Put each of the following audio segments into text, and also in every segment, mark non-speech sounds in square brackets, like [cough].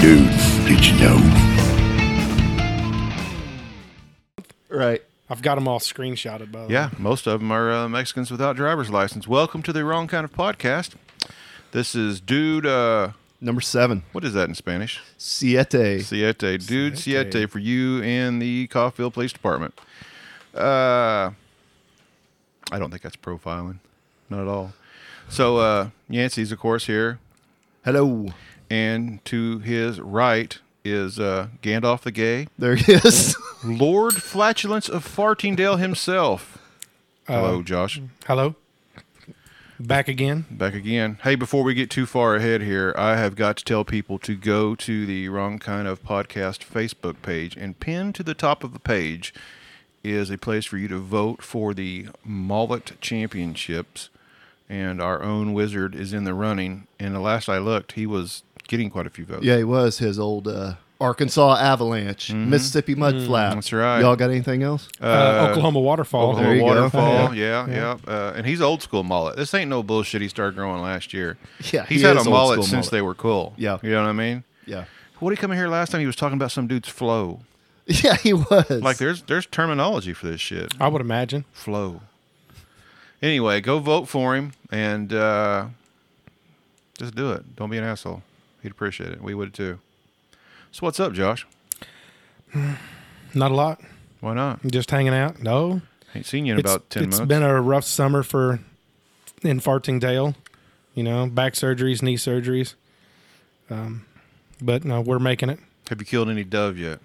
Dude, did you know? Right. I've got them all screenshotted by the way. Yeah, most of them are uh, Mexicans without driver's license. Welcome to the wrong kind of podcast. This is dude. Uh, Number seven, what is that in Spanish? Siete. Siete, dude, Siete. siete, for you and the Coffeyville Police Department. Uh, I don't think that's profiling, not at all. So uh, Yancey's, of course, here, Hello. and to his right is uh, Gandalf the Gay, There he is. [laughs] Lord Flatulence of Fartingdale himself. Hello, Josh. Hello. Back again. Back again. Hey, before we get too far ahead here, I have got to tell people to go to the Wrong Kind of Podcast Facebook page and pinned to the top of the page is a place for you to vote for the Mullet Championships. And our own wizard is in the running. And the last I looked, he was getting quite a few votes. yeah, he was his old uh, Arkansas Avalanche, Mississippi Mudflap. Mm-hmm. Mm, That's right. Y'all got anything else? Uh, Oklahoma Waterfall. There you Oklahoma go. waterfall, yeah, yeah. Uh, and he's old school mullet. This ain't no bullshit. He started growing last year. Yeah, he's he had is a old mullet school since mullet. they were cool. Yeah. you know what I mean. yeah. [laughs] What did he come in here last time? He was talking about some dude's flow. Yeah, he was. Like there's there's terminology for this shit. I would imagine. Flow. Anyway, go vote for him and uh, just do it. Don't be an asshole. He'd appreciate it. We would too. So what's up, Josh? Not a lot. Why not? Just hanging out. No. Ain't seen you in It's- about ten it's months. been a rough summer for in Fartingdale. You know, back surgeries, knee surgeries. Um, but no, we're making it. Have you killed any dove yet?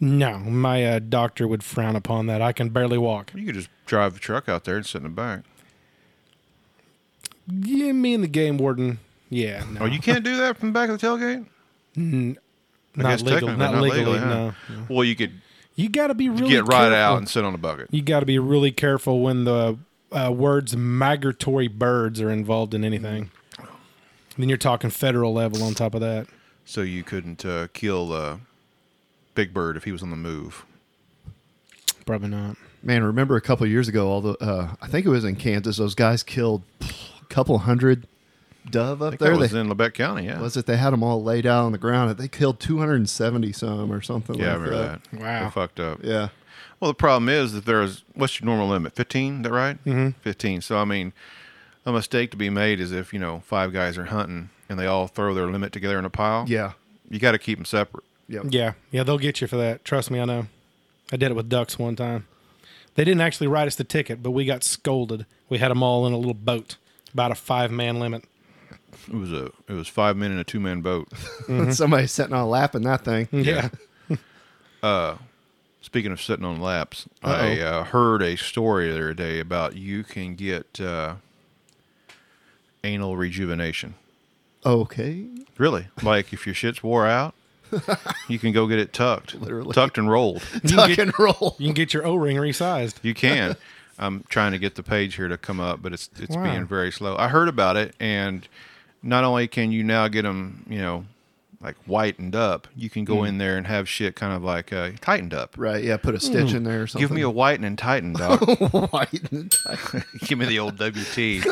No, my uh, doctor would frown upon that. I can barely walk. You could just drive a truck out there and sit in the back. Yeah, me and the game warden. Yeah, no, Oh, you can't do that from the back of the tailgate. not, guess legal, technically not, not legally. legally, huh? no. Well, you could you got to be really get right careful. out and sit on a bucket. you got to be really careful when the uh, words migratory birds are involved in anything. Then you're talking federal level on top of that. So you couldn't uh, kill uh, Big Bird if he was on the move. Probably not. Man, remember a couple years ago, all the uh, I think it was in Kansas. Those guys killed a couple hundred dove I up think that there. was they, in Lebec County, yeah. was it? They had them all laid out on the ground. They killed two hundred and seventy some or something. yeah, I like remember that. Wow. They fucked up. Yeah, Well, the problem is that there's what's your normal limit? Fifteen, is that right? Mm-hmm. Fifteen. So I mean, a mistake to be made is if you know five guys are hunting and they all throw their limit together in a pile. yeah, you got to keep them separate. yep. Yeah, yeah, they'll get you for that. Trust me, I know. I did it with ducks one time. They didn't actually write us the ticket, but we got scolded. We had them all in a little boat, about a five man limit. It was a it was five men in a two man boat. [laughs] Somebody sitting on a lap in that thing. [laughs] Yeah. Uh, Speaking of sitting on laps, I uh, heard a story the other day about you can get uh, anal rejuvenation. Okay. Really? Like if your shit's [laughs] wore out, you can go get it tucked, Literally. tucked and rolled. Tuck and roll. You can get your O ring resized. [laughs] You can. I'm trying to get the page here to come up, but it's it's Wow. being very slow. I heard about it, and not only can you now get them, you know, like whitened up, you can go in there and have shit kind of like uh, tightened up. Hmm. Right. Oh Yeah. Put a stitch in there or something. Hmm. Give me a whiten and [laughs] tighten, dog. white. and tight. Give me the [laughs] old WT.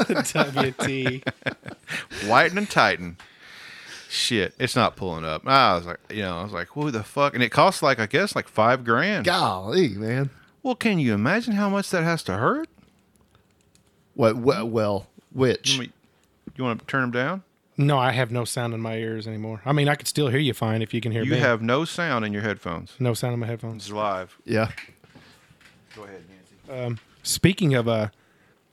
WT. Whiten and tighten. Shit, it's not pulling up. I was like, you know, I was like, who the fuck? And it costs like, I guess, like five grand. Golly, man. Well, can you imagine how much that has to hurt? What? Well, well which? I mean, You want to turn them down? No, I have no sound in my ears anymore. I mean, I could still hear you fine if you can hear You me. have no sound in your headphones. no sound in my headphones. It's live. Yeah. Go ahead, Nancy. Speaking of uh,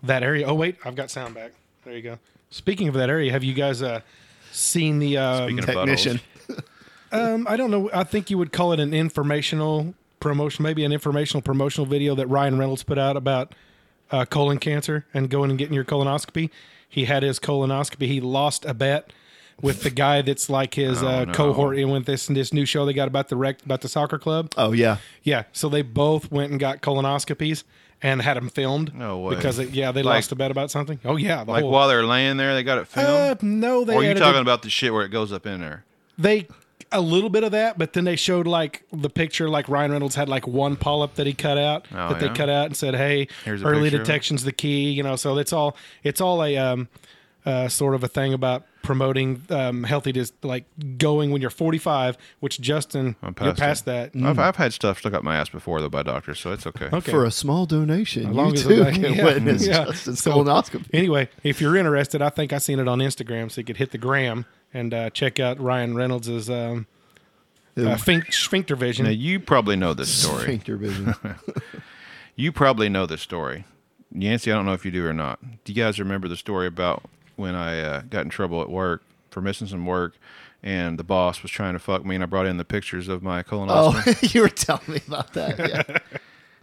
that area, oh wait, I've got sound back. There you go. Speaking of that area, have you guys uh, seen the? Um, Speaking of Technician. um, I don't know. I think you would call it an informational promotion, maybe an informational promotional video that Ryan Reynolds put out about uh, colon cancer and going and getting your colonoscopy. He had his colonoscopy. He lost a bet with the guy that's like his [laughs] uh, Oh, no. cohort in with this this new show they got about the rec about the soccer club. Oh yeah. Yeah, so they both went and got colonoscopies and had them filmed. No way. Because they, yeah, they Like- lost a bet about something. Oh yeah, the Like whole- while they're laying there, they got it Uh, filmed. no, they or are you edited- talking about the shit where it goes up in there? they a little bit of that, but then they showed like the picture like Ryan Reynolds had like one polyp that he cut out Oh, that they yeah? cut out and said, "Hey, Here's a early picture of it. detection's the key," you know. So it's all it's all a um, uh, sort of a thing about promoting um, healthy, just like going when you're 45, which Justin, I'm you're past past it. that. I've, I've had stuff stuck up my ass before though by doctors, so it's okay. Okay. For a small donation, long you as too I- can yeah, [laughs] witness yeah. Justin's So- colonoscopy. Anyway, if you're interested, I think I seen it on Instagram, so you could hit the gram and uh, check out Ryan Reynolds' um, uh, sphin- sphincter vision. Now you probably know this story. Sphincter [laughs] vision. You probably know this story, Yancy. I don't know if you do or not. Do you guys remember the story about when I uh, got in trouble at work for missing some work, and the boss was trying to fuck me, and I brought in the pictures of my colonoscopy? oh, [laughs] you were telling me about that. [laughs] Yeah.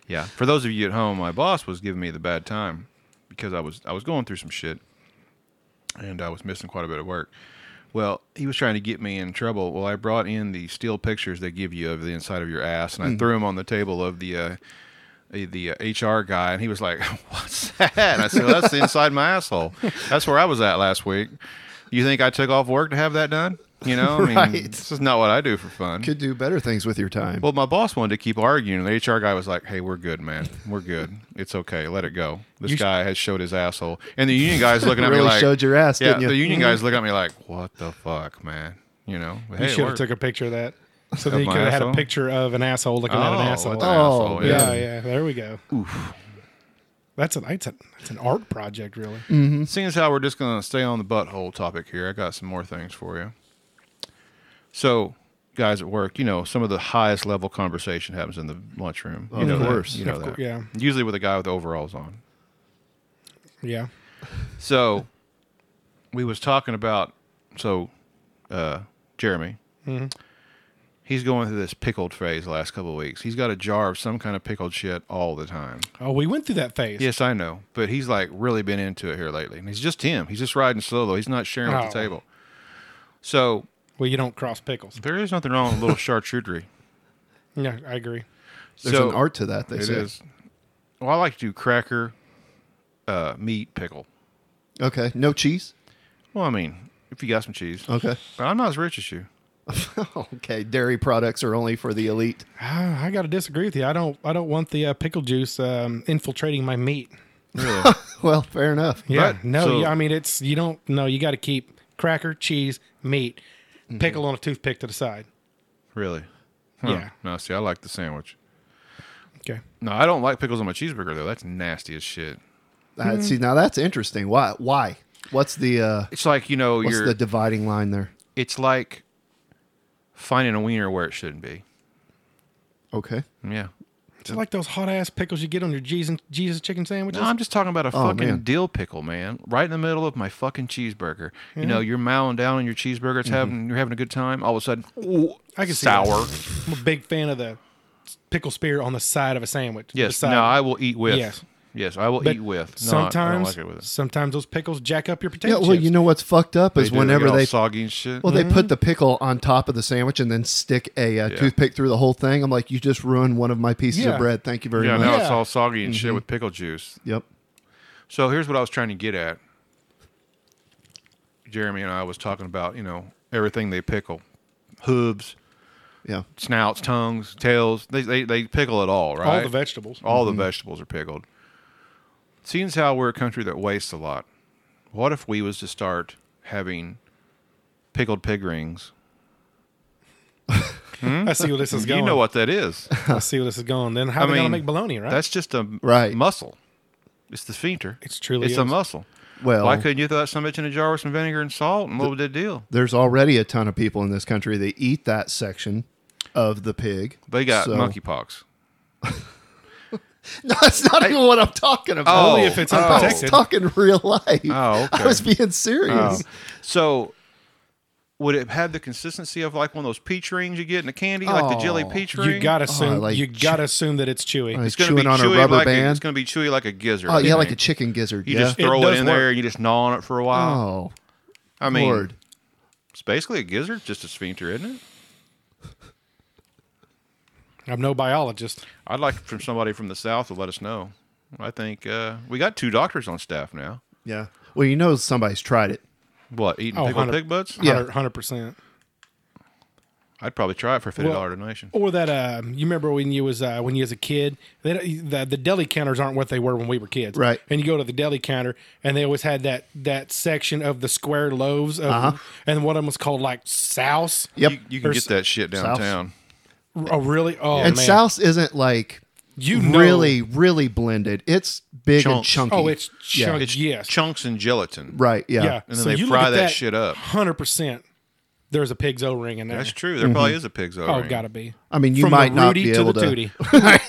Yeah. For those of you at home, my boss was giving me the bad time because I was I was going through some shit and I was missing quite a bit of work. Well, he was trying to get me in trouble. Well, I brought in the steel pictures they give you of the inside of your ass, and I threw them on the table of the uh, eh, the uh, HR guy, and he was like, [laughs] "What's that?" And I said, well, "That's the inside my asshole. That's where I was at last week. You think I took off work to have that done? You know, I mean, Right. this is not what I do for fun. Could do better things with your time. Well, my boss wanted to keep arguing. The HR guy was like, "Hey, we're good, man. We're good. It's okay. Let it go." This You sh- guy has showed his asshole, and the union guy's looking at [laughs] me Really like, showed your ass, Yeah, didn't you? Mm-hmm. the union guy's looking at me like, "What the fuck, man? You know, you hey, should we're- have took a picture of that. So Of then you my could have had a asshole? picture of an asshole looking oh, at an it's asshole. Oh, asshole, yeah. yeah, yeah. There we go. That's a that's a that's an art project, really. Mm-hmm. Seeing as how we're just going to stay on the butthole topic here, I got some more things for you. So, guys at work, you know, some of the highest level conversation happens in the lunchroom. You Of know that. course. You know Of that. cour- yeah. Usually with a guy with overalls on. Yeah. So we was talking about so uh Jeremy. Mm-hmm. He's going through this pickled phase the last couple of weeks. He's got a jar of some kind of pickled shit all the time. Oh, we went through that phase. Yes, I know, but he's like really been into it here lately. And he's just him. He's just riding solo. He's not sharing with the Oh. table. So Well, you don't cross pickles. there is nothing wrong with a [laughs] little charcuterie. Yeah, I agree. There's so an art to that. They It say. is. Well, I like to do cracker, uh, meat, pickle. Okay. No cheese. Well, I mean, if you got some cheese. Okay. [laughs] But I'm not as rich as you. okay. Dairy products are only for the elite. [laughs] Ah, I got to disagree with you. I don't I don't want the uh, pickle juice um, infiltrating my meat. [laughs] Really. Well, fair enough. Yeah. Right. No, So- yeah, I mean it's you don't no, you got to keep cracker, cheese, meat, pickle on a toothpick to the side. Really? Yeah. No, see, I like the sandwich. Okay. No, I don't like pickles on my cheeseburger though. That's nasty as shit. Mm-hmm. Uh, see, now that's interesting. Why? Why? What's the uh, It's like you know what's you're. the dividing line there? it's like finding a wiener where it shouldn't be. Okay. Yeah. It's like those hot ass pickles you get on your Jesus Jesus chicken sandwiches. No, I'm just talking about a fucking man. dill pickle, man. Right in the middle of my fucking cheeseburger. You know, you're mowing down on your cheeseburger. It's having you're having a good time. All of a sudden, ooh, I can see sour. that. I'm a big fan of the pickle spear on the side of a sandwich. The Yes. side. No, I will eat with. Yes. Yes. I will But eat with. No, I- I don't sometimes like it with it. sometimes those pickles jack up your potato Yeah. Well, chips. you know what's fucked up They is do, they whenever get all they soggy and shit. Well, they Mm-hmm. put the pickle on top of the sandwich and then stick a uh, toothpick through the whole thing. I'm like, you just ruined one of my pieces Yeah. of bread. Thank you very yeah, much. now Yeah. it's all soggy and shit with pickle juice. Yep. So here's what I was trying to get at. Jeremy and I was talking about, you know, everything they pickle. Hooves, Yeah. snouts, tongues, tails. They they, they pickle it all, right? all the mm-hmm. vegetables. All the vegetables are pickled. Seeing as how we're a country that wastes a lot, what if we was to start having pickled pig rings? I see where this is going. Mm-hmm. You know what [laughs] that is. I see where this is going. Then how I are they gonna mean, make bologna, right? That's just a Right. muscle. It's the sphincter. It's truly It's a is. muscle. Well- why couldn't you throw that some bitch in a jar with some vinegar and salt and what would that deal? There's already a ton of people in this country that eat that section of the pig. They got So- monkeypox. No, [laughs] that's not even what I'm talking about. Oh, Only if it's oh. I was unprotected. talking real life. Oh, okay. [laughs] Oh. I was being serious. So would it have the consistency of like one of those peach rings you get in the candy, like the jelly Oh. peach ring? you gotta assume like you chew- gotta assume that it's chewy. Like it's gonna be chewing on a chewy rubber like band. it's gonna be chewy like a gizzard. oh, I yeah, like a think. chicken gizzard. you yeah. just throw It it, does in there and you just gnaw on it for a while. oh, I mean Lord. it's basically a gizzard, just a sphincter, isn't it? I'm no biologist. I'd like from somebody from the south to let us know. I think uh, we got two doctors on staff now. Yeah. Well, you know somebody's tried it. What, eating Oh, pickled 100 pig butts? Yeah. hundred percent. I'd probably try it for a fifty dollar Well- donation. Or that uh, you remember when you was uh, when you was a kid, they, don't- the the deli counters aren't what they were when we were kids, Right. And you go to the deli counter, and they always had that that section of the square loaves, of, and one of them was called like souse. Yep. You, you can Or get s- that shit South. downtown. Oh, really? Oh, and man. souse isn't like You know- really really blended. It's big and Chunks. chunky. Oh, it's Yeah. chunk. It's yes, chunks and gelatin. right. Yeah. yeah. And then they fry that shit up. Hundred percent. There's a pig's O ring in there. That's true. There probably is a pig's O. Oh, ring. gotta be. I mean, you From the might not Rudy be to able the to. Tootie.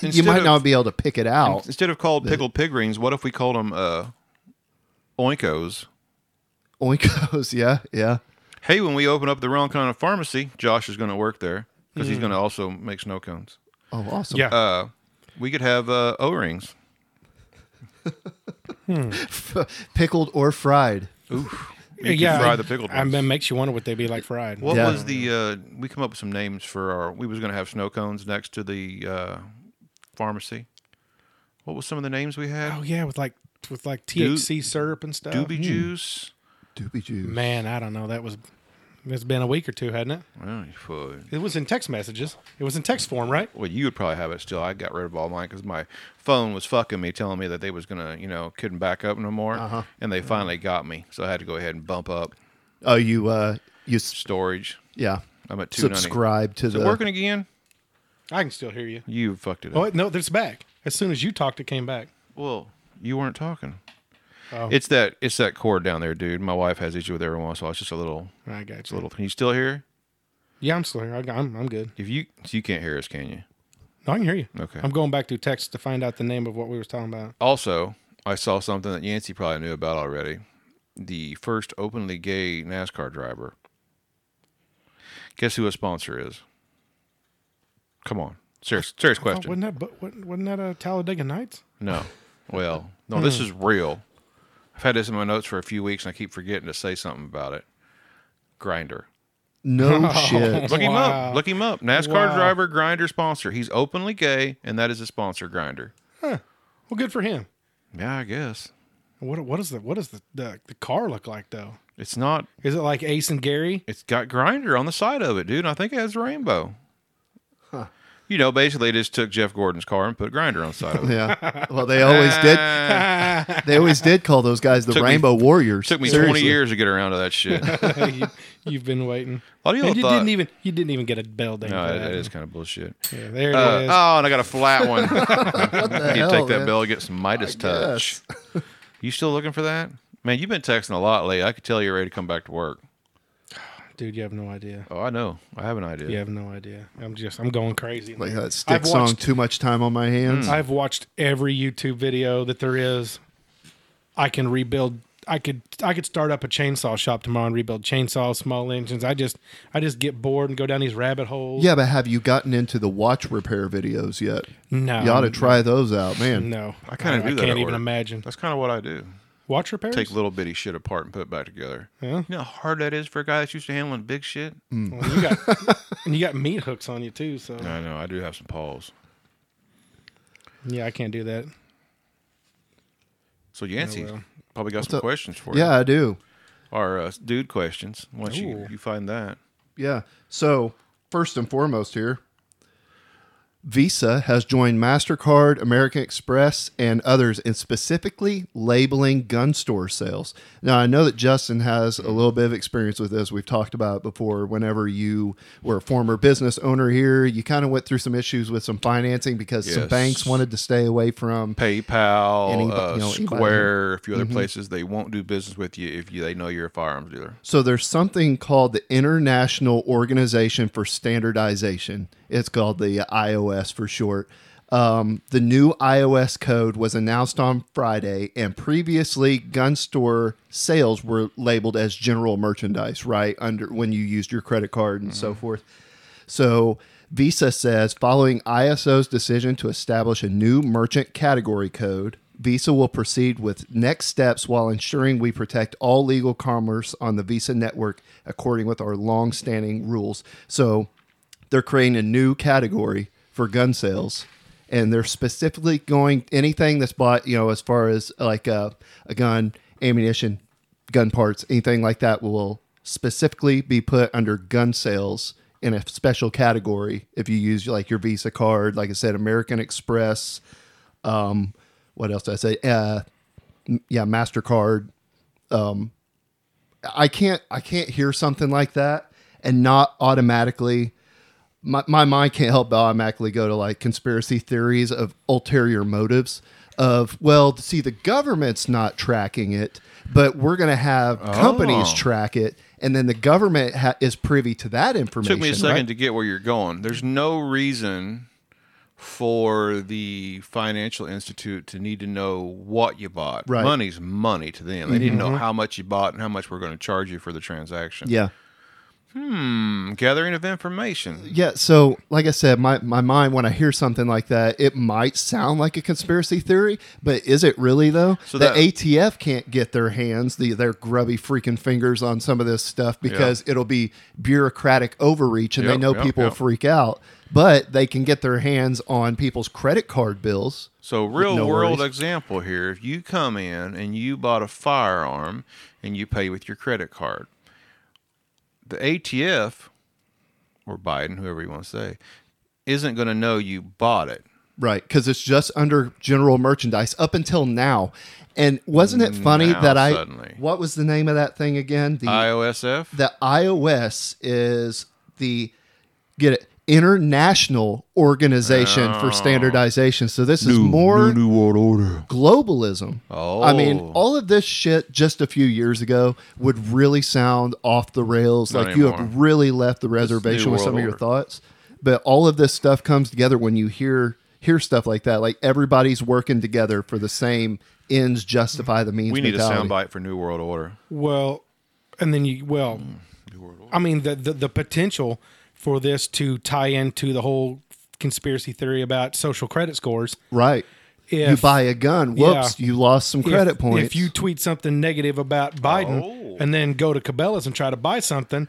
[laughs] you Instead might of- not be able to pick it out. [laughs] Instead of called pickled pig rings, what if we called them uh, oinkos? Oinkos. Yeah. Yeah. Hey, when we open up the wrong kind of pharmacy, Josh is going to work there because he's going to also make snow cones. Oh, awesome. Yeah. Uh, we could have uh, O rings. [laughs] Pickled or fried. You yeah, yeah, fry the pickled I ones. mean, it makes you wonder what they'd be like fried. what Yeah. was the? Uh, we come up with some names for our. We was going to have snow cones next to the uh, pharmacy. What was some of the names we had? Oh yeah, with like with like THC syrup and stuff. Doobie juice. Doobie juice. Man, I don't know. That was it's been a week or two, hadn't it? Oh, you fool. It was in text messages. It was in text form, right? Well, you would probably have it still. I got rid of all mine because my phone was fucking me, telling me that they was gonna, you know, couldn't back up no more, Uh-huh. and they finally got me. So I had to go ahead and bump up Oh, you. Uh. You. s- storage. Yeah. I'm at two ninety. Subscribe to Is the. it working again? I can still hear you. You fucked it Oh up. wait, no, there's back. As soon as you talked, it came back. Well, you weren't talking. Oh. It's that it's that cord down there, dude. My wife has issue with every once in a while. It's just a little, I got it's you. a little. Can you still hear? Yeah, I'm still here. I got- I'm I'm good. If you so you can't hear us, can you? No, I can hear you. Okay. I'm going back to text to find out the name of what we were talking about. Oh, Also, I saw something that Yancey probably knew about already. The first openly gay NASCAR driver. Guess who a sponsor is? Come on. Serious serious Oh, question. wasn't that but wasn't wasn't that a Talladega Nights? No. Well, no, this is real. I've had this in my notes for a few weeks and I keep forgetting to say something about it. Grinder. No [laughs] shit. Oh, Look him Oh, Wow. up. Look him up. NASCAR Wow. driver, grinder sponsor. He's openly gay, and that is a sponsor grinder. Well, good for him. Yeah, I guess. What what is the what does the, the the car look like though? It's not Is it like Ace and Gary? [laughs] It's got grinder on the side of it, dude. and I think it has rainbow. You know, basically, they just took Jeff Gordon's car and put grinder on the side [laughs] of it. Yeah. Well, they always did. They always did call those guys the Took me- Rainbow Warriors. Took me Seriously. twenty years to get around to [laughs] that shit. A you, you've been waiting. lot of y'all And you thought- didn't even you didn't even get a bell ding. no, for it- that. it is kind of bullshit. Yeah, there it Uh, is. oh, and I got [laughs] a flat one. you hell, take that man? bell, and get some Midas touch. you still looking for that, man? You've been texting a lot lately. I could tell you're ready to come back to work. Dude, you have no idea. Oh, I know. I have an idea. You have no idea. I'm just I'm going crazy. Like man. that stick I've song, watched, Mm. too much time on my hands. I've watched every YouTube video that there is. I can rebuild. I could I could start up a chainsaw shop tomorrow and rebuild chainsaws, small engines. I just I just get bored and go down these rabbit holes. Yeah, but have you gotten into the watch repair videos yet? No. You ought to try those out, man. No. I kinda do I that can't at even work. imagine. That's kind of what I do. Watch repairs. Take little bitty shit apart and put it back together. Yeah. You know how hard that is for a guy that's used to handling big shit. Well, you got [laughs] and you got meat hooks on you too, so I know. I do have some paws. yeah, I can't do that. So Yancey well. probably got some up? questions for you. Yeah, I do. Our uh, dude questions. Once you, Ooh. you find that. Yeah. So, first and foremost here, Visa has joined MasterCard, American Express, and others in specifically labeling gun store sales. Now, I know that Justin has a little bit of experience with this. We've talked about it before. Whenever you were a former business owner here, you kind of went through some issues with some financing because some Yes. banks wanted to stay away from PayPal, Anybody- uh, you know, anybody. Mm-hmm. Square, a few other places. They won't do business with you if you, they know you're a firearms dealer. So there's something called the International Organization for Standardization. It's called the iOS for short. Um, the new iOS code was announced on Friday, and previously gun store sales were labeled as general merchandise, right? Under when you used your credit card and so forth. So Visa says following ISO's decision to establish a new merchant category code, Visa will proceed with next steps while ensuring we protect all legal commerce on the Visa network according with our long-standing rules. So they're creating a new category for gun sales and they're specifically going anything that's bought, you know, as far as like a, a gun, ammunition, gun parts, anything like that will specifically be put under gun sales in a special category if you use like your Visa card. Like I said, American Express. Um, what else did I say? Uh, m- yeah, Mastercard. Um, I can't I can't hear something like that and not automatically my, my mind can't help but automatically go to like conspiracy theories of ulterior motives of well see the government's not tracking it but we're going to have companies Oh. track it and then the government ha- is privy to that information Took me a second right? to get where you're going. There's no reason for the financial institute to need to know what you bought. Right. Mm-hmm. Money's money to them. They need to know how much you bought and how much we're going to charge you for the transaction. yeah Mm, Gathering of information. Yeah, so like I said, my, my mind when I hear something like that, it might sound like a conspiracy theory, but is it really though? So the that- ATF can't get their hands, the, their grubby freaking fingers on some of this stuff because it'll be bureaucratic overreach and they Yep, know yep, people yep. freak out, but they can get their hands on people's credit card bills. So, real No world worries. example here if you come in and you bought a firearm and you pay with your credit card, the ATF or Biden, whoever you want to say, isn't going to know you bought it. Right, because it's just under general merchandise up until now. And wasn't it funny Mm, Now that I suddenly. Uh, what was the name of that thing again? The IOSF? the iOS is the get it international organization for Oh. standardization. So this is more World Order. globalism. Oh. I mean, all of this shit just a few years ago would really sound off the rails. Not like you have anymore. really left the reservation with world some of your order. thoughts. But all of this stuff comes together when you hear hear stuff like that. Like everybody's working together for the same ends justify the means. We need a mentality. soundbite for New World Order. Well, and then you well, Mm, I mean the, the the potential for this to tie into the whole conspiracy theory about social credit scores. Right. If, you buy a gun. Whoops, Yeah. you lost some credit if, points. If you tweet something negative about Biden Oh. and then go to Cabela's and try to buy something,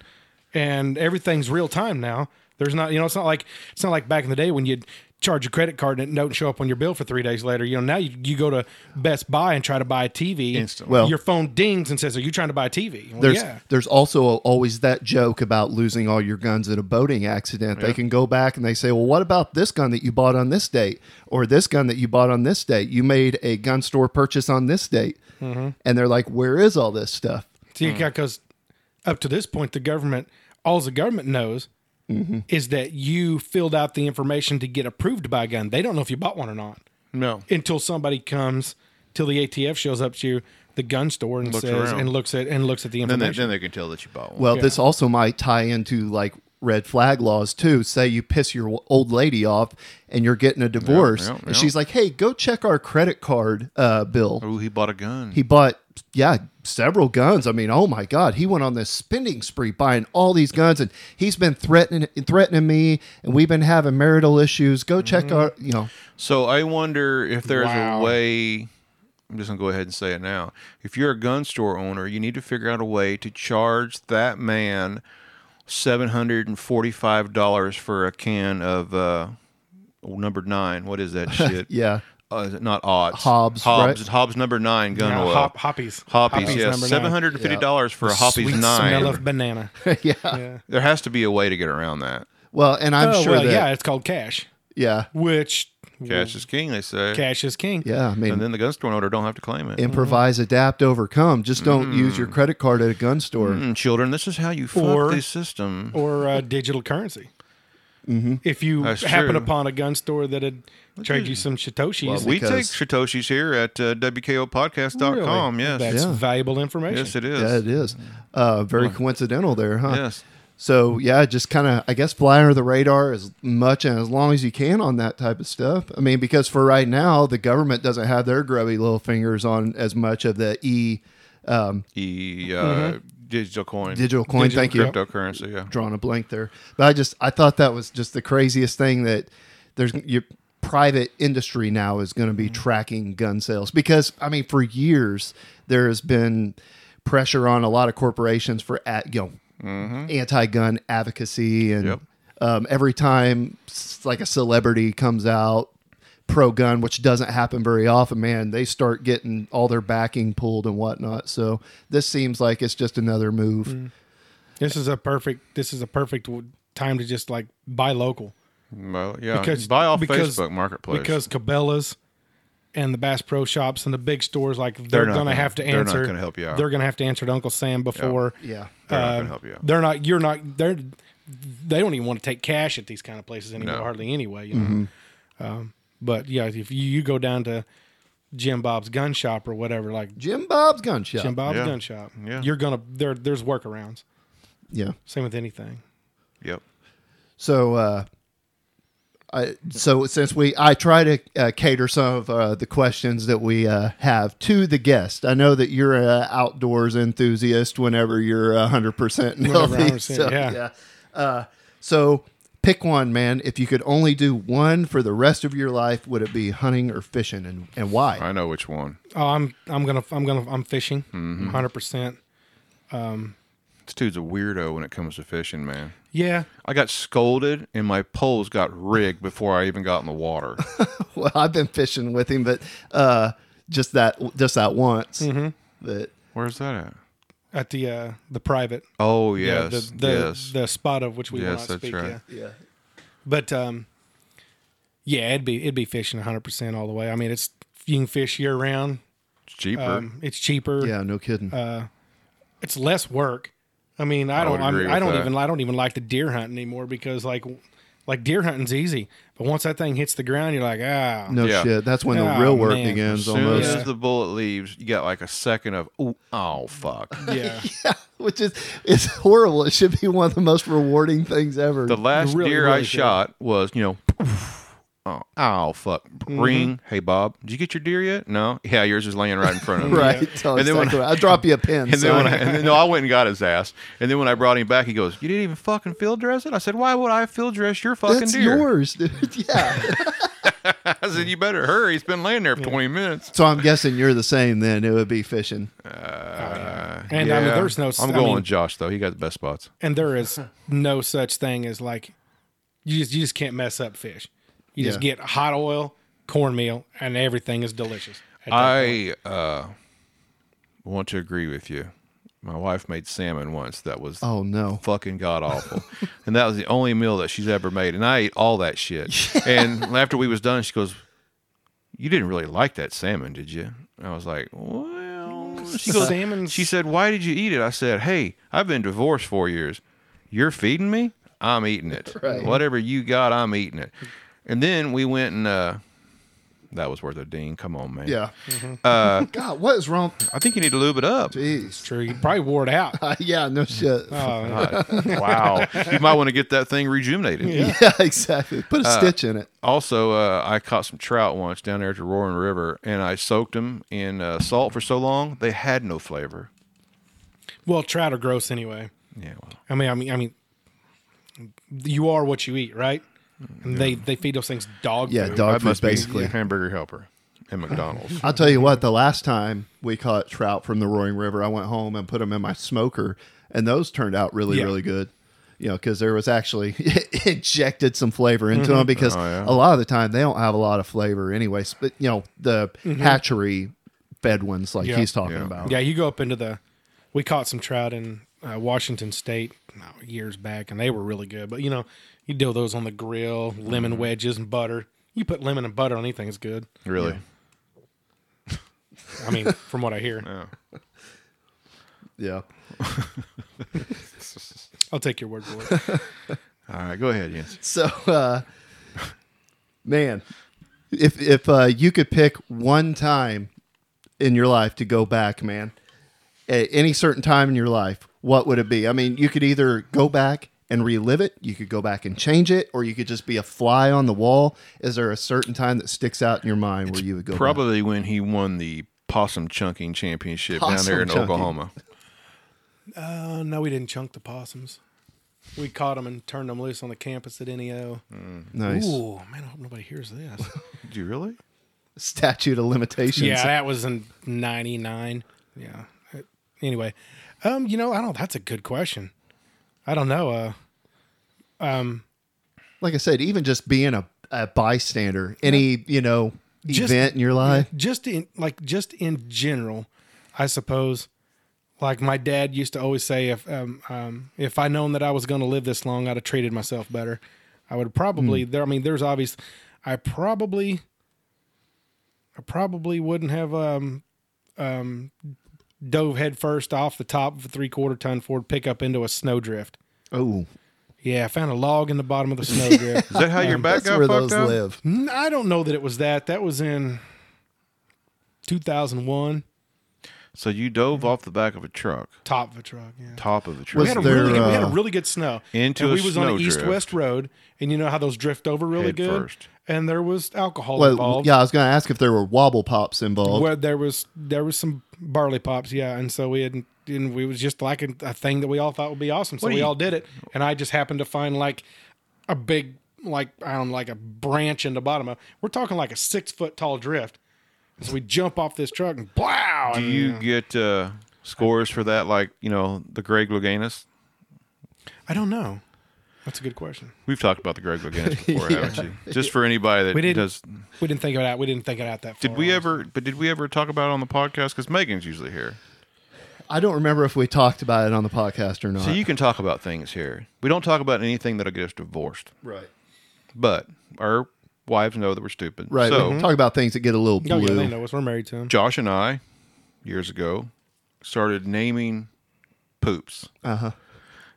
and everything's real time now. There's not, you know, it's not like it's not like back in the day when you'd charge a credit card and it don't show up on your bill for three days later. You know, now you, you go to Best Buy and try to buy a TV. Instantly. Well- your phone dings and says, "Are you trying to buy a TV?" Well, There's yeah. there's also always that joke about losing all your guns in a boating accident. They can go back and they say, "Well, what about this gun that you bought on this date, or this gun that you bought on this date? You made a gun store purchase on this date," Mm-hmm. and they're like, "Where is all this stuff?" See, because up to this point, the government, all the government knows Mm-hmm. is that you filled out the information to get approved by a gun. They don't know if you bought one or not No. until somebody comes, till the ATF shows up to the gun store and Looks says around. and looks at and looks at the Then they, information. then they can tell that you bought one. Well, this also might tie into like red flag laws too. Say you piss your old lady off and you're getting a divorce, yeah, yeah. and she's like, "Hey, go check our credit card uh, bill." Ooh, he bought a gun. he bought yeah several guns i mean oh my god he went on this spending spree buying all these guns and he's been threatening threatening me and we've been having marital issues go check Mm-hmm. our you know so I wonder if there's Wow. a way. I'm just gonna go ahead and say it now. If you're a gun store owner, you need to figure out a way to charge that man seven hundred and forty-five dollars for a can of uh, number nine. What is that [laughs] shit? yeah uh, is it not odds. Hobbs, Hobbs, right? Hobbs number nine gun Now, oil. hop, hoppies, Hoppies, number yes, nine. seven hundred and fifty dollars for a Hoppies Sweet nine. smell [laughs] of banana. [laughs] yeah Yeah. There has to be a way to get around that. well and i'm oh sure well, that yeah, yeah it's called cash, yeah, which Cash is king, they say. cash is king. i And mean then mm-hmm. the gun store owner don't have to claim it. improvise adapt overcome just don't use Mm-hmm. your credit card at a gun store Mm, children, this is how you fuck Or- the system. or uh, digital currency. If you That's happen true. upon a gun store that'd trade you some satoshis, Well, we take because- Satoshis here at uh, WKOpodcast.com. really, Yes. that's Yeah. valuable information. Yes, it is. yeah it is uh, very coincidental there huh Yes. So yeah, just kind of I guess fly under the radar as much and as long as you can on that type of stuff. I mean, because for right now, the government doesn't have their grubby little fingers on as much of the e The uh, digital coin. digital coin. Mm-hmm. Digital Thank you, Cryptocurrency, yeah. drawing a blank there. But I just I thought that was just the craziest thing that there's your private industry now is going to be tracking gun sales because I mean for years there has been pressure on a lot of corporations for at you know anti-gun advocacy and Yep. um, every time s- like a celebrity comes out pro-gun which doesn't happen very often man they start getting all their backing pulled and whatnot so this seems like it's just another move This is a perfect. This is a perfect w- time to just like buy local Mm, Well, yeah. Because- buy off because- Facebook Marketplace. because Cabela's and the Bass Pro Shops and the big stores like they're, not gonna, gonna- have to they're not answer. gonna help you out. They're gonna have to answer to Uncle Sam before. Yeah. they're not gonna uh, help you out. They're not. You're not. They're. They don't even want to take cash at these kind of places anymore, No. hardly anyway. You know. Um, but yeah, if you, you go down to Jim Bob's gun shop or whatever, like Jim Bob's gun shop. Jim Bob's Yeah. gun shop, Yeah. you're gonna there. There's workarounds. Yeah. Same with anything. Yep. So, uh, I, so since we, I try to uh, cater some of uh, the questions that we uh, have to the guest. I know that you're an outdoors enthusiast. Whenever you're hundred percent Whenever healthy, 100%, so, yeah. Uh, so pick one, man. If you could only do one for the rest of your life, would it be hunting or fishing, and, and why? I know which one. Oh, I'm I'm gonna I'm gonna I'm fishing, Mm-hmm. 100. percent This dude's a weirdo when it comes to fishing, man. Yeah, I got scolded and my poles got rigged before I even got in [laughs] the water. [laughs] Well, I've been fishing with him, but uh, just that, just that once. Mm-hmm. But Where's that at? at the uh the private. Oh Yeah, yes, the the, yes, the spot of which we will Yes, not that's speak. right. Yeah. yeah, But um, yeah, it'd be it'd be fishing 100 percent all the way. I mean, it's you can fish year round. it's cheaper. Um, it's cheaper. yeah, no kidding. It's less work. I mean, I don't would I, agree am I with don't that. even I don't even like the deer hunt anymore because like like deer hunting's easy, but once that thing hits the ground, you're like ah. no yeah. shit. That's when the Oh, real work man. begins. soon Almost. as the bullet leaves, you got like a second of ooh, [laughs] oh fuck. [laughs] Yeah, [laughs] which is it's horrible. It should be one of the most rewarding things ever. The last really, deer I really good. shot was, you know, oh, ow, fuck, Mm-hmm. ring. Hey Bob, did you get your deer yet? No. Yeah, yours is laying right in front [laughs] of me. [laughs] right? Tell And then when exactly what- I'll drop you a pin. [laughs] And then, son. when I, and then no, I went and got his ass. And then when I brought him back, he goes, "You didn't even fucking field dress it." I said, "Why would I field dress [laughs] your fucking that's deer?" yours, dude. [laughs] Yeah. I said, "You better hurry. It's been laying there for 20 minutes." so I'm guessing you're the same. Then it would be fishing. and I mean, Yeah. there's no. I'm I going mean, with Josh though. He got the best spots. and there is no such thing as like you just you just can't mess up fish. You just Yeah. get hot oil, cornmeal, and everything is delicious. at that point. I uh, want to agree with you. My wife made salmon once. That was Oh no. fucking god awful, [laughs] and that was the only meal that she's ever made. And I ate all [laughs] that shit. And after we was done, she goes, "You didn't really like that salmon, did you?" And I was like, "Well," she goes, Salmon's- She said, "Why did you eat it?" I said, "Hey, I've been divorced four years. You're feeding me. I'm eating it. [laughs] Right. Whatever you got, I'm eating it." And then we went and uh, that was worth a ding. Come on, man. Yeah. Mm-hmm. Uh, [laughs] God, what is wrong? I think you need to lube it up. Jeez. true. You probably wore it [laughs] out. yeah. No shit. Oh, wow. You might want to get that thing rejuvenated. [laughs] yeah. Exactly. Put Uh, a stitch in it. Also, uh, I caught some trout once down there at the Roaring River, and I soaked them in uh, salt for so long they had no flavor. well, trout are gross anyway. Yeah, well, I mean, I mean, I mean, you are what you eat, right? And they they feed those things dog Yeah. food. Dog that food, must basically. be hamburger helper and [laughs] McDonald's. I'll tell you what, the last time we caught trout from the Roaring River, I went home and put them in my smoker, and those turned out really, Yeah. really good. You know, because there was actually [laughs] injected some flavor into Mm-hmm. them Oh, because a lot of the time they don't have a lot of flavor anyway. But, you know, the hatchery fed ones like Mm-hmm. Yeah. he's talking Yeah. about. Yeah, you go up into the. We caught some trout in uh, Washington State no, years back, and they were really good. But you know, you do those on the grill, Mm-hmm. lemon wedges and butter. You put lemon and butter on anything is good. Really? [laughs] I mean, from what I hear, Oh. Yeah. I'll take your word for it. [laughs] All right, go ahead, yes. So, uh, man, if if uh, you could pick one time in your life to go back, man, at any certain time in your life, what would it be? I mean, you could either go back and relive it, you could go back and change it, or you could just be a fly on the wall. Is there a certain time that sticks out in your mind where you would go? back? Probably when he won the possum chunking championship down Possum there in chunking. Oklahoma. Uh, no, we didn't chunk the possums. We caught them and turned them loose on the campus at NEO. nice Ooh, man, I hope nobody hears this. Did you really? statute of limitations. yeah, that was in '99. Yeah. Uh, Anyway, um, you know, I don't. That's a good question. I don't know. Uh, like I said, even just being a, a bystander, any you know Just- event in your life. just in like just in general, I suppose. Like my dad used to always say, if um, um, if I known that I was going to live this long, I'd have treated myself better. I would probably there. I mean, there's obvious. I probably, I probably wouldn't have um, um, dove headfirst off the top of a three quarter ton Ford pickup into a snowdrift. Oh, Yeah, I found a log in the bottom of the [laughs] snowdrift. Is that [laughs] how your back that's got where fucked those up? live. Mm, I don't know that it was that. That was in 2001, So you dove off the back of a truck, top of a truck. Yeah. top of a We truck. had, a there, really good, we had a uh, really good snow. Into and a we was on snow an east west road, and you know how those drift over really Head good. first. And there was alcohol Well, involved. yeah, I was going to ask if there were wobble pops involved. Where there was there was some barley pops, yeah, and so we had and we was just like a, a thing that we all thought would be awesome, so What do we you- all did it. And I just happened to find like a big like I don't know, like a branch in the bottom of. We're talking like a six foot tall drift. So we jump off this truck and plow. Do and- you get uh, scores for that? Like you know the Greg Louganis. I don't know. That's a good question. We've talked about the Greg Louganis before, haven't you? Just for anybody We that didn't- does. We didn't think of it out. We didn't think it out that far. Did we ever? But did we ever talk about it on the podcast? Because Megan's usually here, I don't remember if we talked about it on the podcast or not. so you can talk about things here. We don't talk about anything that'll get us divorced, right. but our wives know that we're stupid. Right. mm-hmm. So we talk about things that get a little Oh, blue. yeah, they know us. We're married to him. Josh and I, years ago, started naming poops. Uh huh.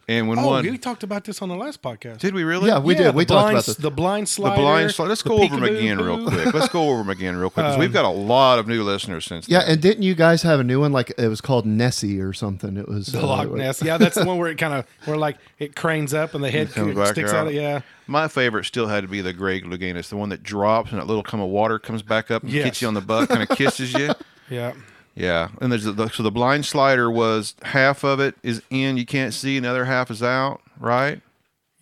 And when Oh, one we talked about this on the last podcast. did we really? Yeah, we Yeah, did. We the talked blind, about this. The blind the slider. blind slide. Let's the go over them peekaboo Um, again real boo. quick. Let's go over them again real quick because we've got a lot of new listeners since. yeah, then. and didn't you guys have a new one? Like it was called Nessie or something. It was uh, The Loch Ness. Yeah, that's the one where it kind of where like it cranes up and the head [laughs] comes back sticks out. out. Yeah, My favorite still had to be the Greg Louganis, the one that drops and that little come of water comes back up and Yes. hits you on the [laughs] butt, kind of kisses you. yeah. Yeah, and there's the, so the blind slider was half of it is in, you can't see, and the other half is out, right?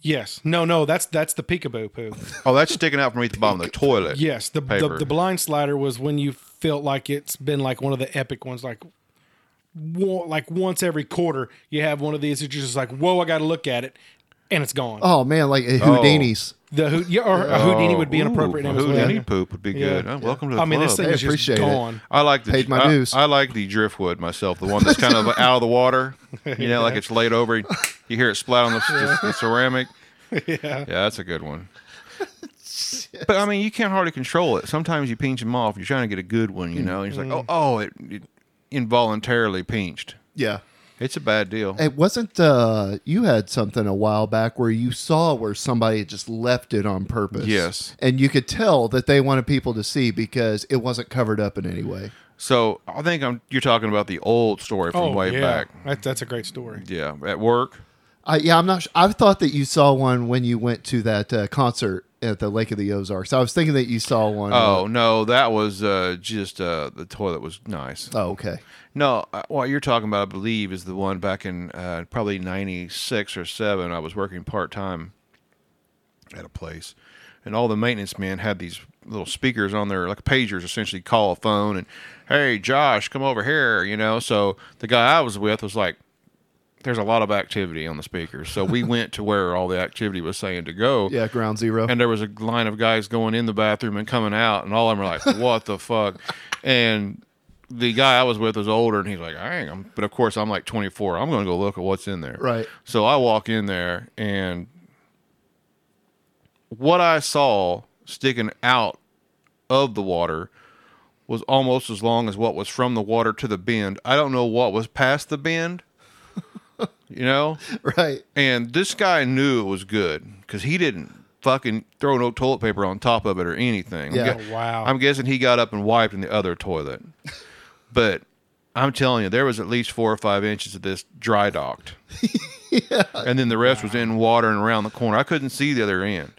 Yes. No. No. That's that's the peekaboo poo. Oh, that's sticking out from beneath the bottom of the toilet. Yes. The, the Paper. the blind slider was when you felt like it's been like one of the epic ones, like wo- like once every quarter you have one of these. that You're just like, whoa, I got to look at it, and it's gone. Oh man, like a Houdini's. The hoot, yeah, or a Houdini would be Ooh, inappropriate name as well. Houdini poop would be good. Yeah. Oh, welcome to the I mean, this club. thing Hey, is just appreciate it. gone. I like the Paid my I, dues. I like the driftwood myself, the one that's kind of out of the water. You know, like it's laid over. You hear it splat on the, the ceramic. Yeah, that's a good one. But I mean, you can't hardly control it. Sometimes you pinch them off. You're trying to get a good one, you know. And it's like, oh, oh, it, it involuntarily pinched. Yeah. It's a bad deal. It wasn't uh you had something a while back where you saw where somebody just left it on purpose. Yes. And you could tell that they wanted people to see because it wasn't covered up in any way. So I think I'm. You're talking about the old story from Oh, way yeah. back. That, that's a great story. Yeah, at work. I yeah, I'm not sure. I thought that you saw one when you went to that uh, concert at the Lake of the Ozarks. I was thinking that you saw one. Oh no, that was uh, just uh, the toilet was nice. Oh, okay. No, uh, what you're talking about, I believe, is the one back in uh, probably '96 or '7. I was working part time at a place, and all the maintenance men had these little speakers on their like pagers, essentially call a phone and, "Hey, Josh, come over here," you know. So the guy I was with was like, "There's a lot of activity on the speakers," so we [laughs] went to where all the activity was saying to go. Yeah, ground zero. And there was a line of guys going in the bathroom and coming out, and all of them were like, [laughs] "What the fuck?" And the guy I was with was older, and he's like, "I ain't." I'm-" But of course, I'm like 24. I'm gonna go look at what's in there. Right. So I walk in there, and what I saw sticking out of the water was almost as long as what was from the water to the bend. I don't know what was past the bend. [laughs] You know, [laughs] right. and this guy knew it was good because he didn't fucking throw no toilet paper on top of it or anything. I'm Yeah. gu- Oh, wow. I'm guessing he got up and wiped in the [laughs] other toilet. but I'm telling you, there was at least four or five inches of this [laughs] dry docked. And then the rest was in water and around the corner. I couldn't see the other end,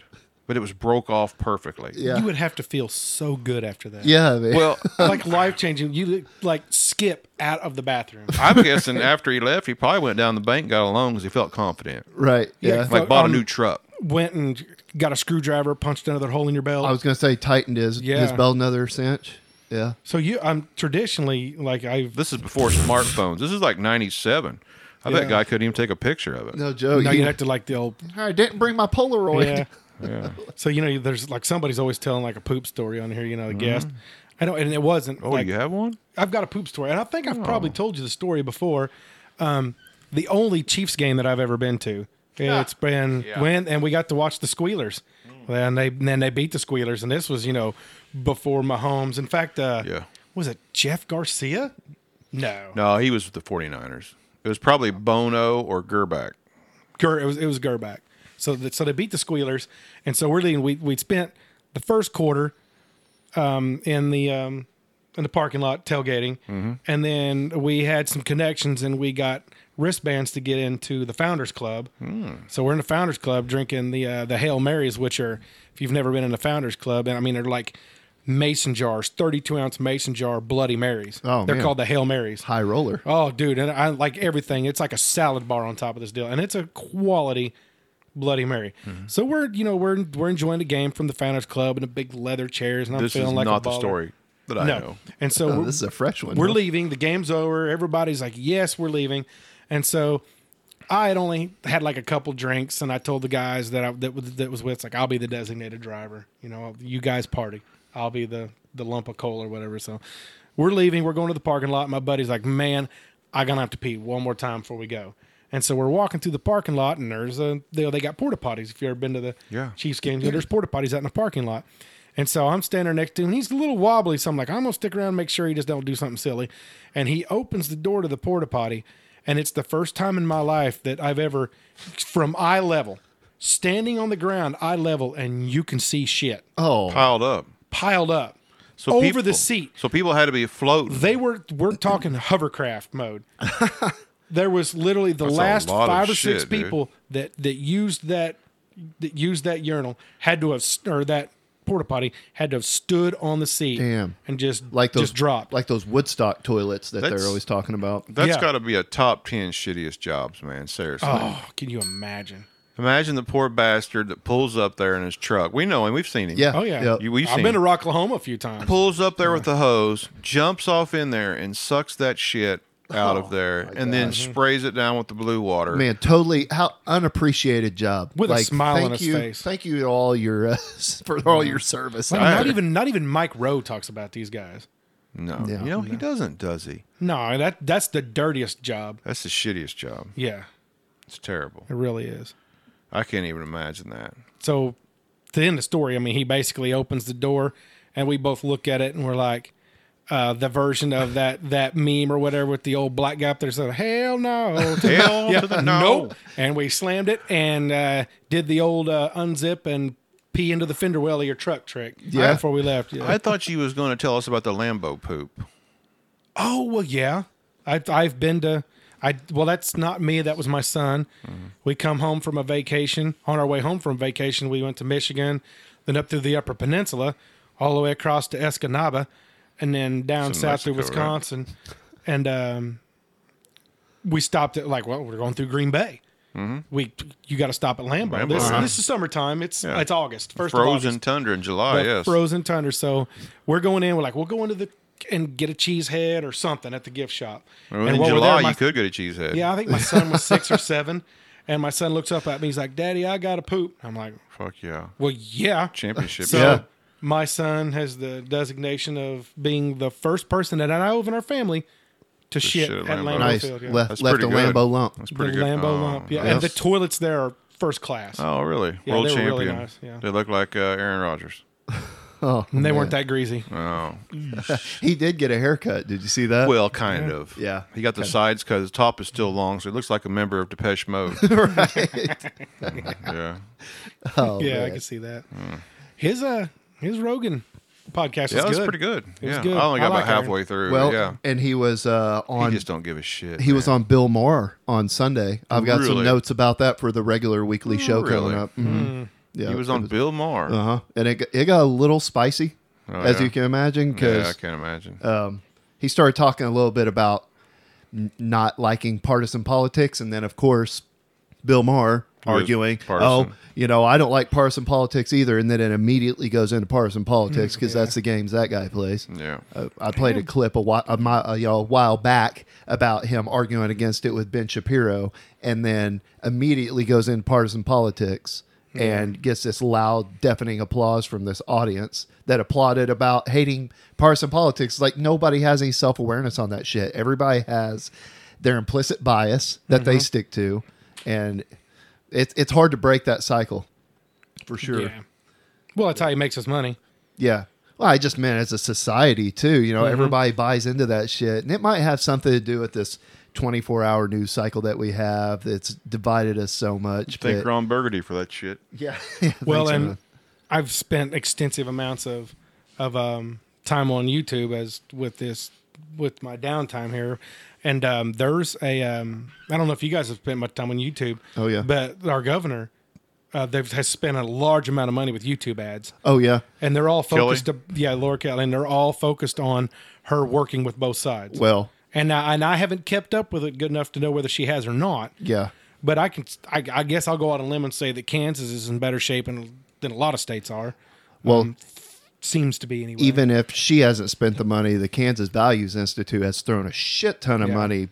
but it was broke off perfectly. Yeah. You would have to feel so good after that. Yeah. Man. Well, Like life changing. You look like skip out of the bathroom. [laughs] I'm guessing after he left, he probably went down the bank and got a loan because he felt confident. [laughs] right. Yeah. Yeah. Like, bought Um, a new truck. Went and got a screwdriver, punched another hole in your belt. I was gonna say tightened his Yeah. his belt another cinch. Yeah. so you, I'm traditionally like I've. This is before smartphones. This is like '97. I bet Yeah. guy couldn't even take a picture of it. No joke. Now He- you have to like the old. I didn't bring my Polaroid. Yeah. So you know, there's like somebody's always telling like a poop story on here. You know, the guest. I know, and it wasn't. Oh, like, you have one? I've got a poop story, and I think I've probably told you the story before. Um, the only Chiefs game that I've ever been to. It's been when, and we got to watch the Squealers, and they and then they beat the Squealers, and this was you know before Mahomes. In fact, uh, Yeah. was it Jeff Garcia? No, No, he was with the 49ers. It was probably Bono or Gerback. Ger, it was it was Gerback. So that so they beat the Squealers, and so we're leading. We we'd spent the first quarter, um, in the um, in the parking lot tailgating, Mm-hmm. and then we had some connections, and we got wristbands to get into the Founders Club. Hmm. So we're in the Founders Club drinking the uh, the Hail Marys, which are if you've never been in the Founders Club, and I mean they're like mason jars, thirty two ounce mason jar Bloody Marys. Oh, they're man. called the Hail [laughs] Marys. High roller. Oh, dude, and I like everything. It's like a salad bar on top of this deal, and it's a quality Bloody Mary. Mm-hmm. So we're you know we're we're enjoying the game from the Founders Club and the big leather chairs, and I'm This feeling is like not a the baller. story that I know. No, and so Oh, we're, this is a fresh one. we're huh? leaving. The game's over. Everybody's like, "Yes, we're leaving," and so I had only had like a couple drinks, and I told the guys that I that was, that was with, it's like, "I'll be the designated driver. You know, you guys party. I'll be the the lump of coal or whatever." So we're leaving. We're going to the parking lot. My buddy's like, "Man, I'm gonna have to pee one more time before we go." And so we're walking through the parking lot, and there's a they, they got porta potties. If you ever been to the Yeah. Chiefs games, you know, there's porta potties out in the parking lot. And so I'm standing there next to him. He's a little wobbly, so I'm like, I'm gonna stick around and make sure he just don't do something silly. And he opens the door to the porta potty, and it's the first time in my life that I've ever, from eye level, standing on the ground, eye level, and you can see shit Oh, Piled up. piled up So over people- the seat. So people had to be afloat. They were we're talking hovercraft mode. there was literally the a last lot of five or six shit, dude. people that that used that that used that urinal had to have st- or that porta potty had to have stood on the seat Damn. and just like those just dropped. like those Woodstock toilets that That's- they're always talking about. That's Yeah. got to be a top 10 shittiest jobs, man. Seriously. oh, can you imagine? Imagine the poor bastard that pulls up there in his truck. We know him. We've seen him. Yeah. Oh yeah, Yep. You- we've I've seen been to it. Rocklahoma a few times. Pulls up there with the hose, jumps off in there, and sucks that shit Oh out of there, and then sprays it down with the blue water. Man, totally how unappreciated job. With a smile on thank his you, face. Mm. Thank you to all your uh, [laughs] for all your service. Like, not even not even Mike Rowe talks about these guys. No, Yeah. you know he doesn't, does he? No, that that's the dirtiest job. That's the shittiest job. Yeah, It's terrible. it really is. I can't even [laughs] imagine that. so to end the story, I mean, he basically opens the door, and we both look at it, and we're like, uh, the version of that that meme or whatever with the old black guy up there said, "Hell no, [laughs] to the- Hell yeah, to the no. nope." And we slammed it and uh, did the old uh, unzip and pee into the fender well of your truck trick. Yeah. before we left. Yeah. I thought you was going to tell us about the Lambo poop. Oh well, yeah. I, I've been to. I well, that's not me. That was my son. Mm-hmm. We come home from a vacation. On our way home from vacation, we went to Michigan, then up through the Upper Peninsula, all the way across to Escanaba, and then down It's in south through Mexico, right? Wisconsin, and um, we stopped at like well, we're going through Green Bay. We you got to stop at Lambeau. Mm-hmm. Lambeau, This, huh? this is summertime. It's Yeah. it's August first of August Frozen tundra in July. the Oh, yes. frozen tundra. So we're going in. We're like, we'll go into the and get a cheese head or something at the gift shop. Well, and in while we're July, there, my- you could get a cheesehead. Yeah, I think my son was six [laughs] or seven, and my son looks up at me. He's like, "Daddy, I got to poop." I'm like, Fuck yeah. "Well, yeah." Championship. So Yeah. my son has the designation of being the first person that I know of in our family to shit, shit at at Lambeau. Lambeau nice. Field. Yeah. Left That's left a pretty good. Lambo lump. That's the pretty good. Lambeau Oh, lump. Yeah, and the yes. toilets there are first class. Oh, really? Yeah, World they were champion. really nice, yeah. They look like uh, Aaron Rodgers. Oh, and they man. weren't that greasy. Oh, He did get a haircut. Did you see that? well, kind of. Yeah. He got the sides cut. His top is still long, so he looks like a member of [laughs] Depeche Mode. [laughs] [laughs] right. yeah. Oh, yeah, I man. can see that. His uh his Rogan podcast Yeah, was that's good. pretty good. It was yeah. good. I only got I about like Aaron. halfway through. Well, yeah. and he was uh, He on just don't give a shit. He was man. on Bill Maher on Sunday. I've got some Really? notes about that for the regular weekly show Really? coming up. Mm-hmm. Mhm. Yeah, He was on Bill Maher. Uh huh. And it got- it got a little spicy, Oh, as yeah? you can imagine, yeah, because uh, I can't imagine. he started talking a little bit about n- not liking partisan politics, and then of course Bill Maher is arguing, partisan. "Oh, you know, I don't like partisan politics either," and then it immediately goes into partisan politics because that's the games that guy plays. yeah. Uh, I played a clip a while, a, mi- a, you know, a while back about him arguing against it with Ben Shapiro, and then immediately goes into partisan politics and gets this loud, deafening applause from this audience that applauded about hating partisan politics. Like nobody has any self awareness on that shit. Everybody has their implicit bias that they stick to, and it's it's hard to break that cycle for sure. Yeah. Well, that's how he makes his money. Yeah. Well, I just meant as a society too. You know, Mm-hmm. everybody buys into that shit, and it might have something to do with this twenty-four hour news cycle that we have that's divided us so much. Thank but- Ron Burgundy for that shit. Yeah. [laughs] Well, Thanks, and Emma. I've spent extensive amounts of of um, time on YouTube as with this with my downtime here, and um, there's a um, I don't know if you guys have spent much time on YouTube. Oh, yeah. but our governor. Uh, they've has spent a large amount of money with YouTube ads, oh yeah. and they're all Kelly? focused. yeah, Laura Kelly, and they're all focused on her working with both sides. Well, and I, and I haven't kept up with it good enough to know whether she has or not. yeah. But I can, I, I guess I'll go out on a limb and say that Kansas is in better shape than, than a lot of states are. Well, Um, Seems to be anyway. even if she hasn't spent the money, the Kansas Values Institute has thrown a shit ton of Yeah. money,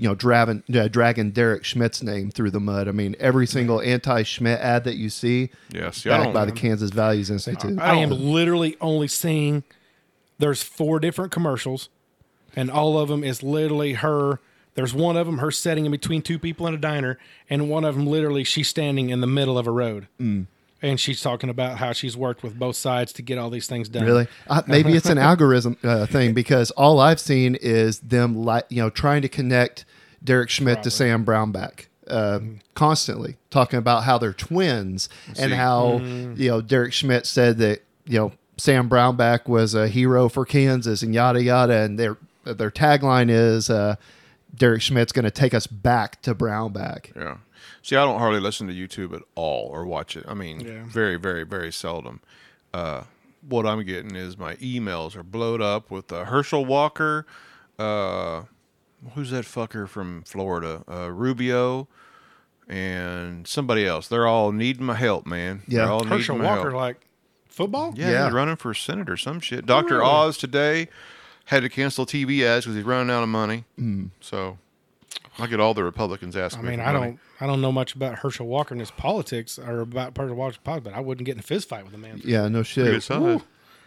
you know, dragging, uh, dragging Derek Schmidt's name through the mud. I mean, every single anti Schmidt ad that you see, Yeah, see, I backed don't- by the Kansas Values Institute. I am literally only seeing there's four different commercials, and all of them is literally her. There's one of them her sitting in between two people in a diner, and one of them literally she's standing in the middle of a road, Mm. and she's talking about how she's worked with both sides to get all these things done. Really? Uh, maybe it's an algorithm uh, thing because all I've seen is them, li- you know, trying to connect Derek Schmidt to Sam Brownback uh, constantly, talking about how they're twins and See. Mm-hmm. how you know Derek Schmidt said that you know Sam Brownback was a hero for Kansas and yada yada, and their their tagline is. Uh, Derek Schmidt's going to take us back to Brownback. Yeah. See, I don't hardly listen to YouTube at all or watch it. I mean, Yeah. very, very, very seldom. Uh, what I'm getting is my emails are blowed up with uh, Herschel Walker. Uh, who's that fucker from Florida? Uh, Rubio and somebody else. They're all needing my help, man. Yeah. They're all Herschel needing my Walker, help. like football. Yeah, Oh, Yeah. he's running for senate or some shit. Dr. Oz today had to cancel TV ads because he's running out of money. So I get all the Republicans asking I me mean, for I money. don't, I don't know much about Herschel Walker and his politics, or about part of Walker's politics, but I wouldn't get in a fist fight with a man. Yeah, no Pretty shit. good Hmm. side.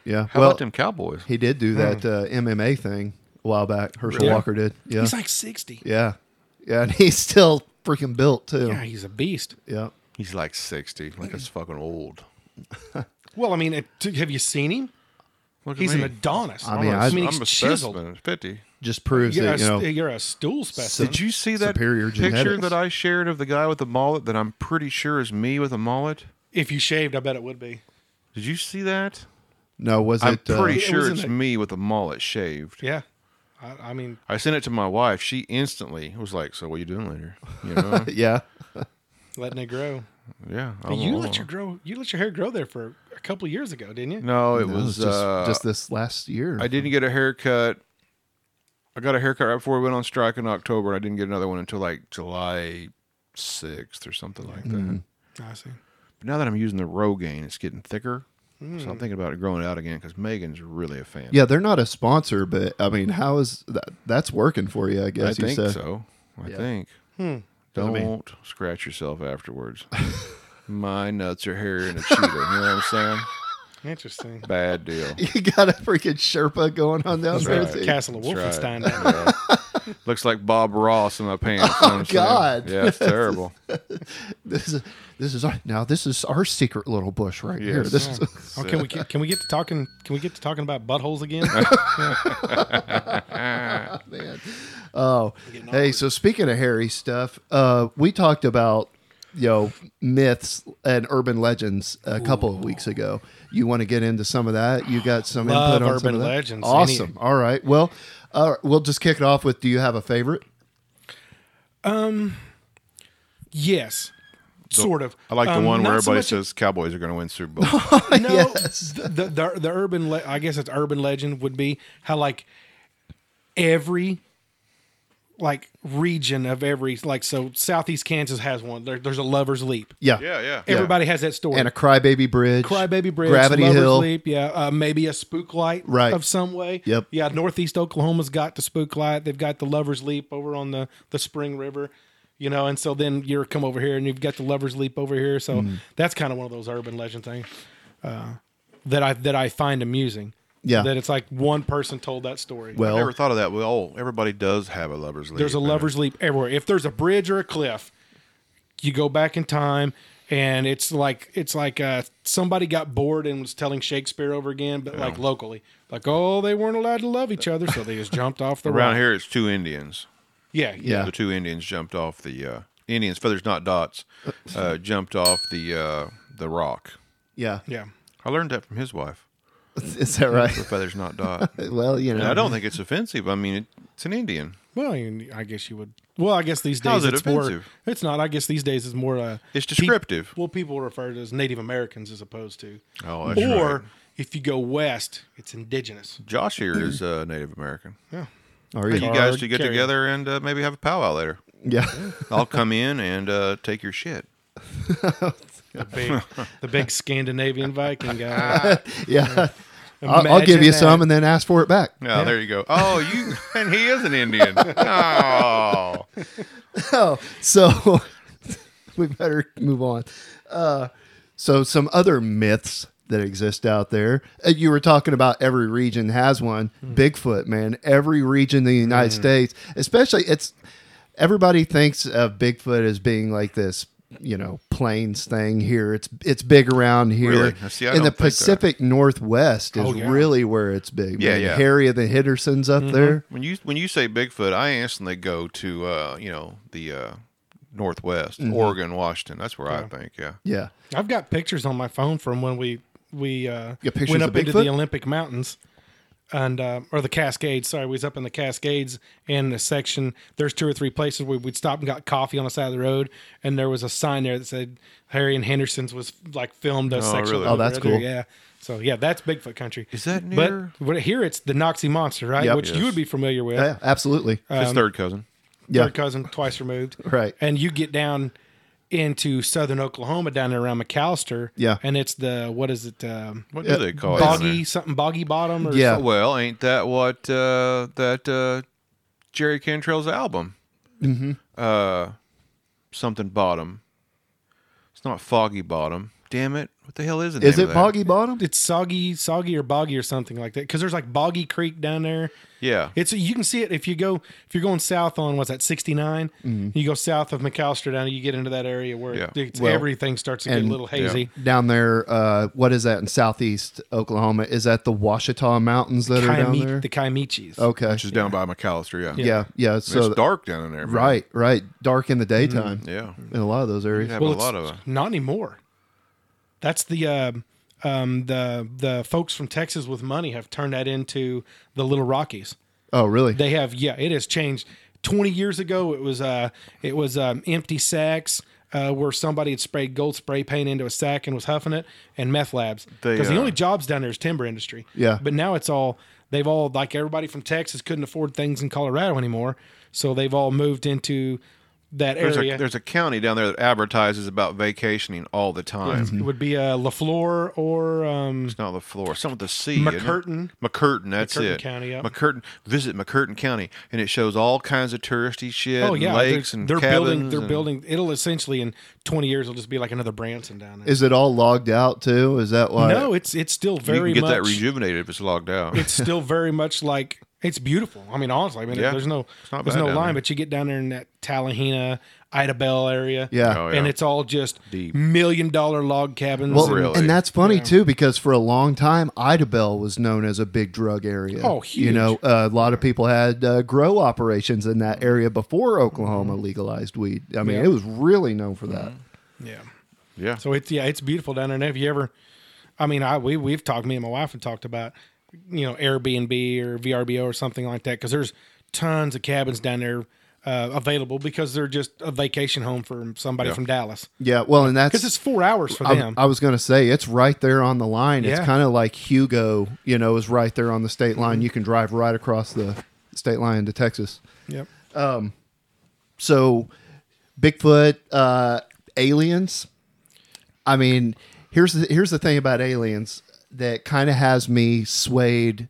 Yeah. How well, about them Cowboys? he did do that uh, MMA thing a while back. Herschel Yeah. Walker did. Yeah. He's like sixty. Yeah. Yeah. And [laughs] he's still freaking built too. Yeah, Yeah. he's a beast. He's like sixty. Like that's fucking old. Well, I mean, it, have you seen him? Look He's at an me. Adonis. I mean, I- I'm he's a chiseled. specimen. Fifty. Just proves You're, that, a, you know, you're a stool specimen. Did you see that Superior picture genetics. that I shared of the guy with the mullet that I'm pretty sure is me with a mullet? if you shaved, I bet it would be. Did you see that? no, was I'm it uh, pretty It sure was in it's the- me with a mullet shaved. Yeah. I, I mean, I sent it to my wife. She instantly was like, "So what you doing later?" You know? [laughs] yeah. letting it grow. yeah. I you don't let know. Oh. your grow. You let your hair grow there for a couple of years ago, didn't you? No, it No, was just, uh, just this last year. I didn't get a haircut. I got a haircut right before we went on strike in October, and I didn't get another one until like July 6th or something like that. Mm-hmm. I see. But now that I'm using the Rogaine, it's getting thicker. Hmm. So I'm thinking about it growing it out again because Megan's really a fan. Yeah, they're not a sponsor, but I mean, how is that? That's working for you, I I guess. you think said. Hmm. so. I think. Don't scratch [laughs] yourself afterwards. My nuts are hairier than a cheetah. You know what I'm saying? [laughs] Interesting. Bad deal. [laughs] You got a freaking Sherpa going on down there. right. too. Castle of That's right. Wolfenstein. Yeah. Looks like Bob Ross in my pants. you know what I'm saying? God. Yeah, it's terrible. This is this is our, now this is our secret little bush right here. Yes. This is, Oh, can we get- can we get to talking? Can we get to talking about [laughs] buttholes again? Oh, hey. So speaking of hairy stuff, uh, we talked about you know myths and urban legends a couple of weeks ago. You want to get into some of that? You got some Love input on some urban of that? legends. Awesome. Any- All right. Well, uh, we'll just kick it off with. Do you have a favorite? yes, sort of. I like the Um, one where not so everybody much- says Cowboys are going to win Super Bowl. [laughs] no, the, the the the urban le- I guess it's urban legend would be how like every like region of every like so southeast Kansas has one. There, there's a Lover's Leap. Yeah. yeah. Everybody has that story. And a crybaby bridge. Crybaby Bridge, Gravity Lover's Hill. Leap, yeah, uh, maybe a Spook Light, Right. of some way. Yep. Yeah, Northeast Oklahoma's got the Spook Light. They've got the Lovers Leap over on the the Spring River. you know, and so then you're come over here and you've got the lover's leap over here. So Mm-hmm. that's kind of one of those urban legend things uh, that I that I find amusing. Yeah. that it's like one person told that story. I Well, never thought of that. Well, everybody does have a lover's leap. There's a man. lover's leap everywhere. If there's a bridge or a cliff, you go back in time, and it's like it's like uh, somebody got bored and was telling Shakespeare over again, but like locally, like oh they weren't allowed to love each other, so they just jumped off the Around rock. here, it's two Indians. Yeah, yeah, Yeah. The two Indians jumped off the uh, Indians feathers, not dots. Uh, jumped off the uh, the rock. yeah. [laughs] yeah. I learned that from his wife. Is that right? The feathers, not dot. Well, you And know. I don't think it's offensive. I mean, it, it's an Indian. Well, I I guess you would. Well, I guess these days How's it it's offensive? more. It's not. I guess these days it's more. Uh, It's peop- descriptive. well, people refer to as Native Americans as opposed to. Oh, that's or right. if you go west, it's indigenous. Josh here is uh, Native American. Are Hey, you- you Card guys should get carrier. together and uh, maybe have a powwow later. yeah. [laughs] I'll come in and uh, take your shit. The big, the [laughs] big Scandinavian Viking guy. yeah. I'll, I'll give Imagine you that. some and then ask for it back. Yeah, there you go. Oh, you [laughs] and he is an Indian. Oh, Oh, So [laughs] we better move on. Uh, so some other myths that exist out there. Uh, You were talking about every region has one. Hmm. Bigfoot, man. Every region in the United States, especially it's everybody thinks of Bigfoot as being like this, you know, plains thing here. It's it's big around here. Really? See, I in don't the think that. Pacific Northwest is Oh, yeah. really where it's big. Yeah, man. yeah. Mm-hmm. Harry of the Hitterson's up there. when you when you say Bigfoot, I instantly go to uh, you know the uh, Northwest, Oregon, Washington. That's where I think. Yeah, Yeah. I've got pictures on my phone from when we we uh, got pictures went of up into Bigfoot? the Olympic Mountains and uh, or the Cascades. Sorry, we was up in the Cascades and the section. There's two or three places where we'd stop and got coffee on the side of the road, and there was a sign there that said Harry and Henderson's was like filmed a section. really? Oh, that's over there. cool. Yeah. So yeah, that's Bigfoot country. Is that near- But, but here it's the Noxie Monster, right? Yep. Which you would be familiar with. Yeah, absolutely. his third cousin. Yeah. third cousin twice removed. Right. And you get down into southern Oklahoma, down there around McAllister. Yeah. And it's the what is it? Um, What do they call it? boggy down something boggy bottom or Yeah. there? Well, ain't that what uh, that uh, Jerry Cantrell's album? Mm-hmm. Uh, something bottom. It's not foggy bottom. Damn it! What the hell is it? Is it Boggy Bottom? It's soggy, soggy or boggy or something like that. Because there's like Boggy Creek down there. Yeah. It's you can see it if you go if you're going south on what's that 69. You go south of McAllister down, you get into that area where Yeah. it's, Mm-hmm. Well, everything starts to get a and- little hazy. down there. Uh, what is that in southeast Oklahoma? Is that the Washita Mountains that are down Kaimi- there? the Kaimichis. okay. Which is down by McAllister, yeah. Yeah. Yeah. So it's dark down in there. man. right, right. Dark in the daytime Yeah. in a lot of those areas. They have Mm-hmm. Well, a lot of it's- not anymore. That's the uh, um, the the folks from Texas with money have turned that into the Little Rockies. Oh, really? They have yeah, it has changed. Twenty years ago, it was uh, it was um, empty sacks. Uh, where somebody had sprayed gold spray paint into a sack and was huffing it, and meth labs. They, Because the uh, only jobs down there is timber industry. Yeah. But now it's all they've all like everybody from Texas couldn't afford things in Colorado anymore, so they've all moved into that there's area. a there's a county down there that advertises about vacationing all the time. It would be uh, LaFleur or um, It's not the floor. Some with the sea. isn't it? McCurtain. McCurtain, that's McCurtain it. County, yep. McCurtain. Visit McCurtain County, and it shows all kinds of touristy shit. oh and yeah, lakes they're, and they're cabins. building they're and- building. It'll essentially in twenty years it'll just be like another Branson down there. Is it all logged out too? Is that why? no, it's it's still You very can get much. that rejuvenated if it's logged [laughs] out. it's still very much like it's beautiful. I mean, honestly, I mean, Yeah. there's no It's not there's bad no down line, there. but you get down there in that Tallahena, Ida Bell area, Yeah. Oh, and yeah. it's all just Deep. million dollar log cabins. Well, and- Really? and that's funny too because for a long time, Idabel was known as a big drug area. Oh, You huge. know, uh, a lot of people had uh, grow operations in that area before Oklahoma legalized weed. I mean, Mm-hmm. Yeah. Mm-hmm. it was really known for that. yeah. yeah. So it's yeah, it's beautiful down there. And if you ever, I mean, I we we've talked, me and my wife have talked about, you know, Airbnb or VRBO or something like that because there's tons of cabins down there uh, available because they're just a vacation home for somebody from Dallas Yeah. Well, and that's because it's four hours for I, them. I was going to say it's right there on the line. It's Yeah. kind of like Hugo, you know, is right there on the state line. You can drive right across the state line to Texas. yep. So, Bigfoot, uh, aliens. I mean, here's the, here's the thing about aliens that kind of has me swayed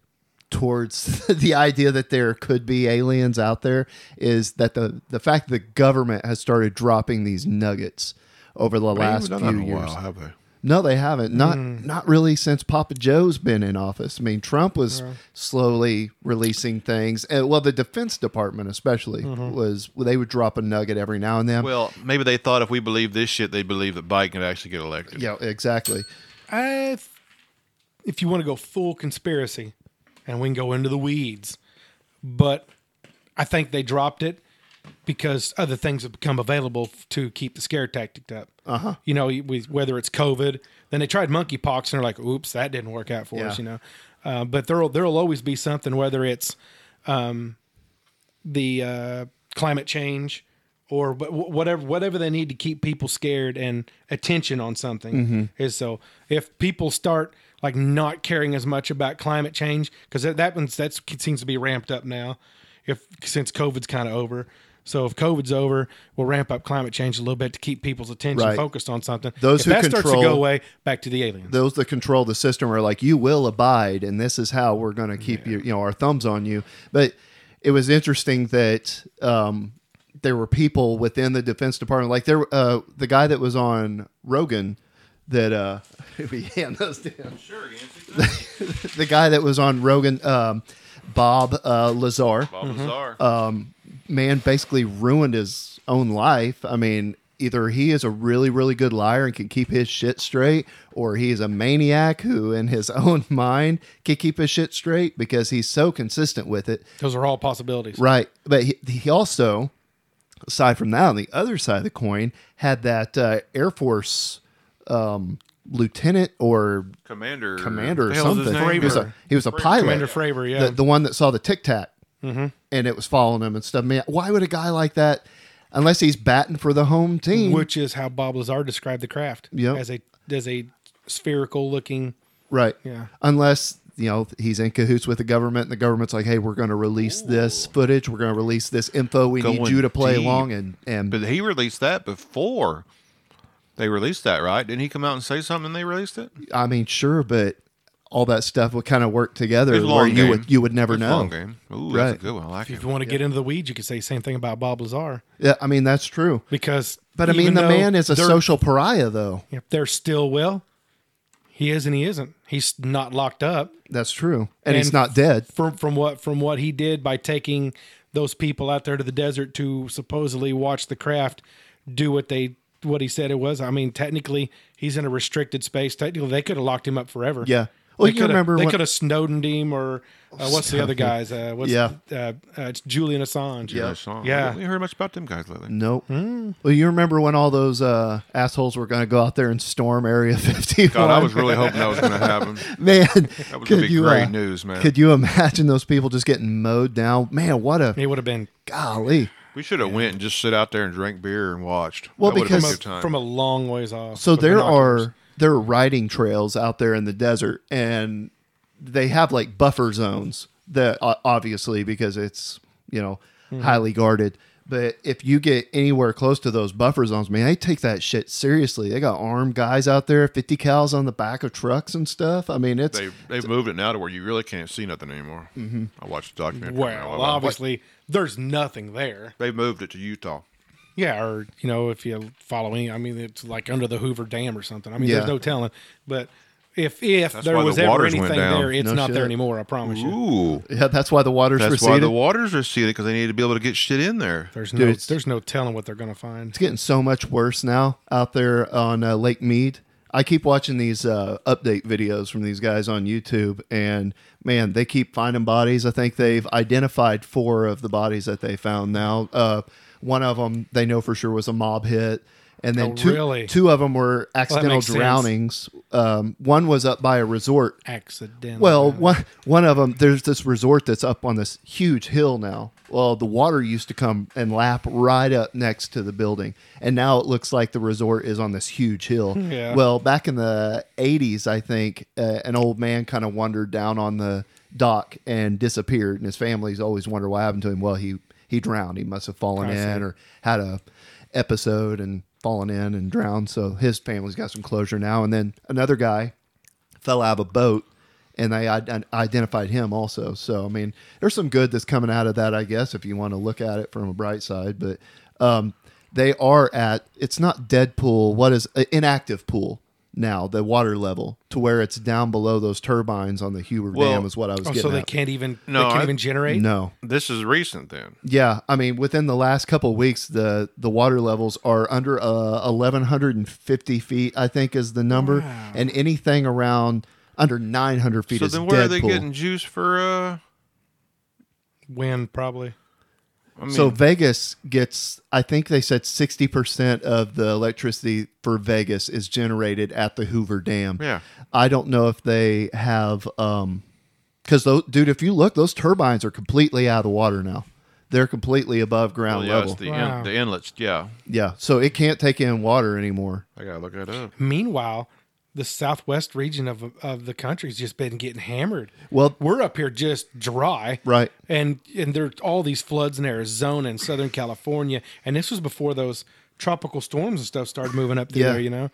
towards [laughs] the idea that there could be aliens out there is that the the fact that the government has started dropping these nuggets over the last They haven't few done that in a years. while, have they? No, they haven't. Not not really since Papa Joe's been in office. I mean, Trump was slowly releasing things. And, well, the Defense Department especially was they would drop a nugget every now and then. Well, maybe they thought if we believe this shit, they believe that Biden could actually get elected. yeah, exactly. I, if you want to go full conspiracy, and we can go into the weeds, but I think they dropped it because other things have become available f- to keep the scare tactic up. Uh huh. You know, you- with whether it's COVID, then they tried monkeypox and they're like, "Oops, that didn't work out for us." Yeah. You know, uh, but there'll there'll always be something whether it's the uh, climate change or wh- whatever whatever they need to keep people scared and attention on something Mm-hmm. is so if people start like not caring as much about climate change because that, that one's that seems to be ramped up now if since covid's kind of over so if covid's over we'll ramp up climate change a little bit to keep people's attention Right. focused on something Those if who that starts to control- go away back to the aliens Those that control the system are like, you will abide, and this is how we're going to keep you, you know, our thumbs on you. But it was interesting that um, there were people within the Defense Department, like there, uh, the guy that was on Rogan, that uh, [laughs] we hand those down. the guy that was on Rogan, um, Bob uh, Lazar, Bob Lazar. man, basically ruined his own life. I mean, either he is a really, really good liar and can keep his shit straight, or he is a maniac who, in his [laughs] own mind, can keep his shit straight because he's so consistent with it. those are all possibilities Right. But he, he also, aside from that, on the other side of the coin, had that uh, Air Force um, lieutenant or commander. commander or The hell is something. His name? He was a, he was a pilot. commander fravor yeah The, the one that saw the tic tac Mm-hmm. and it was following him and stuff. Man, why would a guy like that, unless he's batting for the home team? which is how Bob Lazar described the craft. Yep. as a as a spherical looking. right. Yeah. Unless, you know, he's in cahoots with the government and the government's like, hey, we're going to release this footage. We're going to release this info. We need Going you to play deep. along. And, and But he released that before they released that, right? Didn't he come out and say something and they released it? I mean, sure, but all that stuff would kind of work together It's a where long you game. would, you would never It's a know. Long game. Ooh, that's Right. a good one. I like If it. you want to get into the weeds, you could say the same thing about Bob Lazar Yeah, I mean, that's true. because. But I mean, even the though man is a they're- social pariah, though. If they're still well, he is and he isn't. He's not locked up That's true. And, he's And- not dead. from from what from what he did by taking those people out there to the desert to supposedly watch the craft do what they what he said it was. I mean, technically, he's in a restricted space. Technically, they could have locked him up forever. Yeah. Well, they you coulda- remember they when- could have Snowdened him or uh, what's the other guys? Uh, what's, Yeah. uh, uh, it's Julian Assange. Yeah. Song. Yeah. We heard much about them guys lately. Nope. Well, you remember when all those uh, assholes were going to go out there and storm Area [laughs] 51? God, I was really hoping that was going to happen. man. That was could gonna be you, great uh, news, man. Could you imagine those people just getting mowed down? Man, what a It would have been golly. We [laughs] should have went and just sit out there and drank beer and watched. Well, That would've been because- a from good time. a, from a long ways off. So with there binoculars. are there are riding trails out there in the desert, and they have like buffer zones that o- obviously because it's you know highly guarded. But if you get anywhere close to those buffer zones, man, they take that shit seriously. They got armed guys out there, fifty cals on the back of trucks and stuff. I mean, it's they they've moved it now to where you really can't see nothing anymore. Mm-hmm. I watched the documentary. on that a Well, while back. obviously, there's nothing there. They've moved it to Utah. Yeah, or you know, if you follow any, I mean, it's like under the Hoover Dam or something. I mean, Yeah. there's no telling. But if if there why was the ever waters went anything down. there, it's No not shit. there anymore. I promise you. Ooh, yeah, that's why the waters that's why receded. the waters are sealed because they need to be able to get shit in there. There's Dude, no it's- there's no telling what they're gonna find. it's getting so much worse now out there on uh, Lake Mead. I keep watching these uh, update videos from these guys on YouTube, and man, they keep finding bodies. I think they've identified four of the bodies that they found now. Uh, one of them they know for sure was a mob hit, and then Oh, two really? two of them were accidental makes sense. drownings. Um, one was up by a resort, Accidental. well, one one of them, there's this resort that's up on this huge hill now. Well, the water used to come and lap right up next to the building, and now it looks like the resort is on this huge hill. [laughs] Yeah. Well, back in the '80s, I think uh, an old man kind of wandered down on the dock and disappeared, and his family's always wondered what happened to him. Well, he he drowned. He must have fallen I see. in or had a episode and fallen in and drowned. So his family's got some closure now. And then another guy fell out of a boat and they id- identified him also. So I mean, there's some good that's coming out of that, I guess, if you want to look at it from a bright side. But um, they are at it's not dead pool. What is uh, inactive pool now? The water level to where it's down below those turbines on the Hoover Well, Dam is what I was Oh, getting. so they at. can't even No, they can't I- even generate. No. This is recent then. Yeah, I mean, within the last couple of weeks, the the water levels are under uh, eleven hundred and fifty feet. I think is the number, and anything around under nine hundred feet So is then, where are they Deadpool. getting juice for? Uh, Wind probably. I mean, so Vegas gets, I think they said sixty percent of the electricity for Vegas is generated at the Hoover Dam. Yeah. I don't know if they have, um, because those dude, if you look, those turbines are completely out of the water now. They're completely above ground well, yeah, it's level. the, Wow. in, the inlets. Yeah, yeah, so it can't take in water anymore. I gotta look [laughs] that up. Meanwhile, the southwest region of of the country's just been getting hammered. Well, We're up here just dry. Right. And and there are all these floods in Arizona and Southern California. And this was before those tropical storms and stuff started moving up through Yeah. there, you know?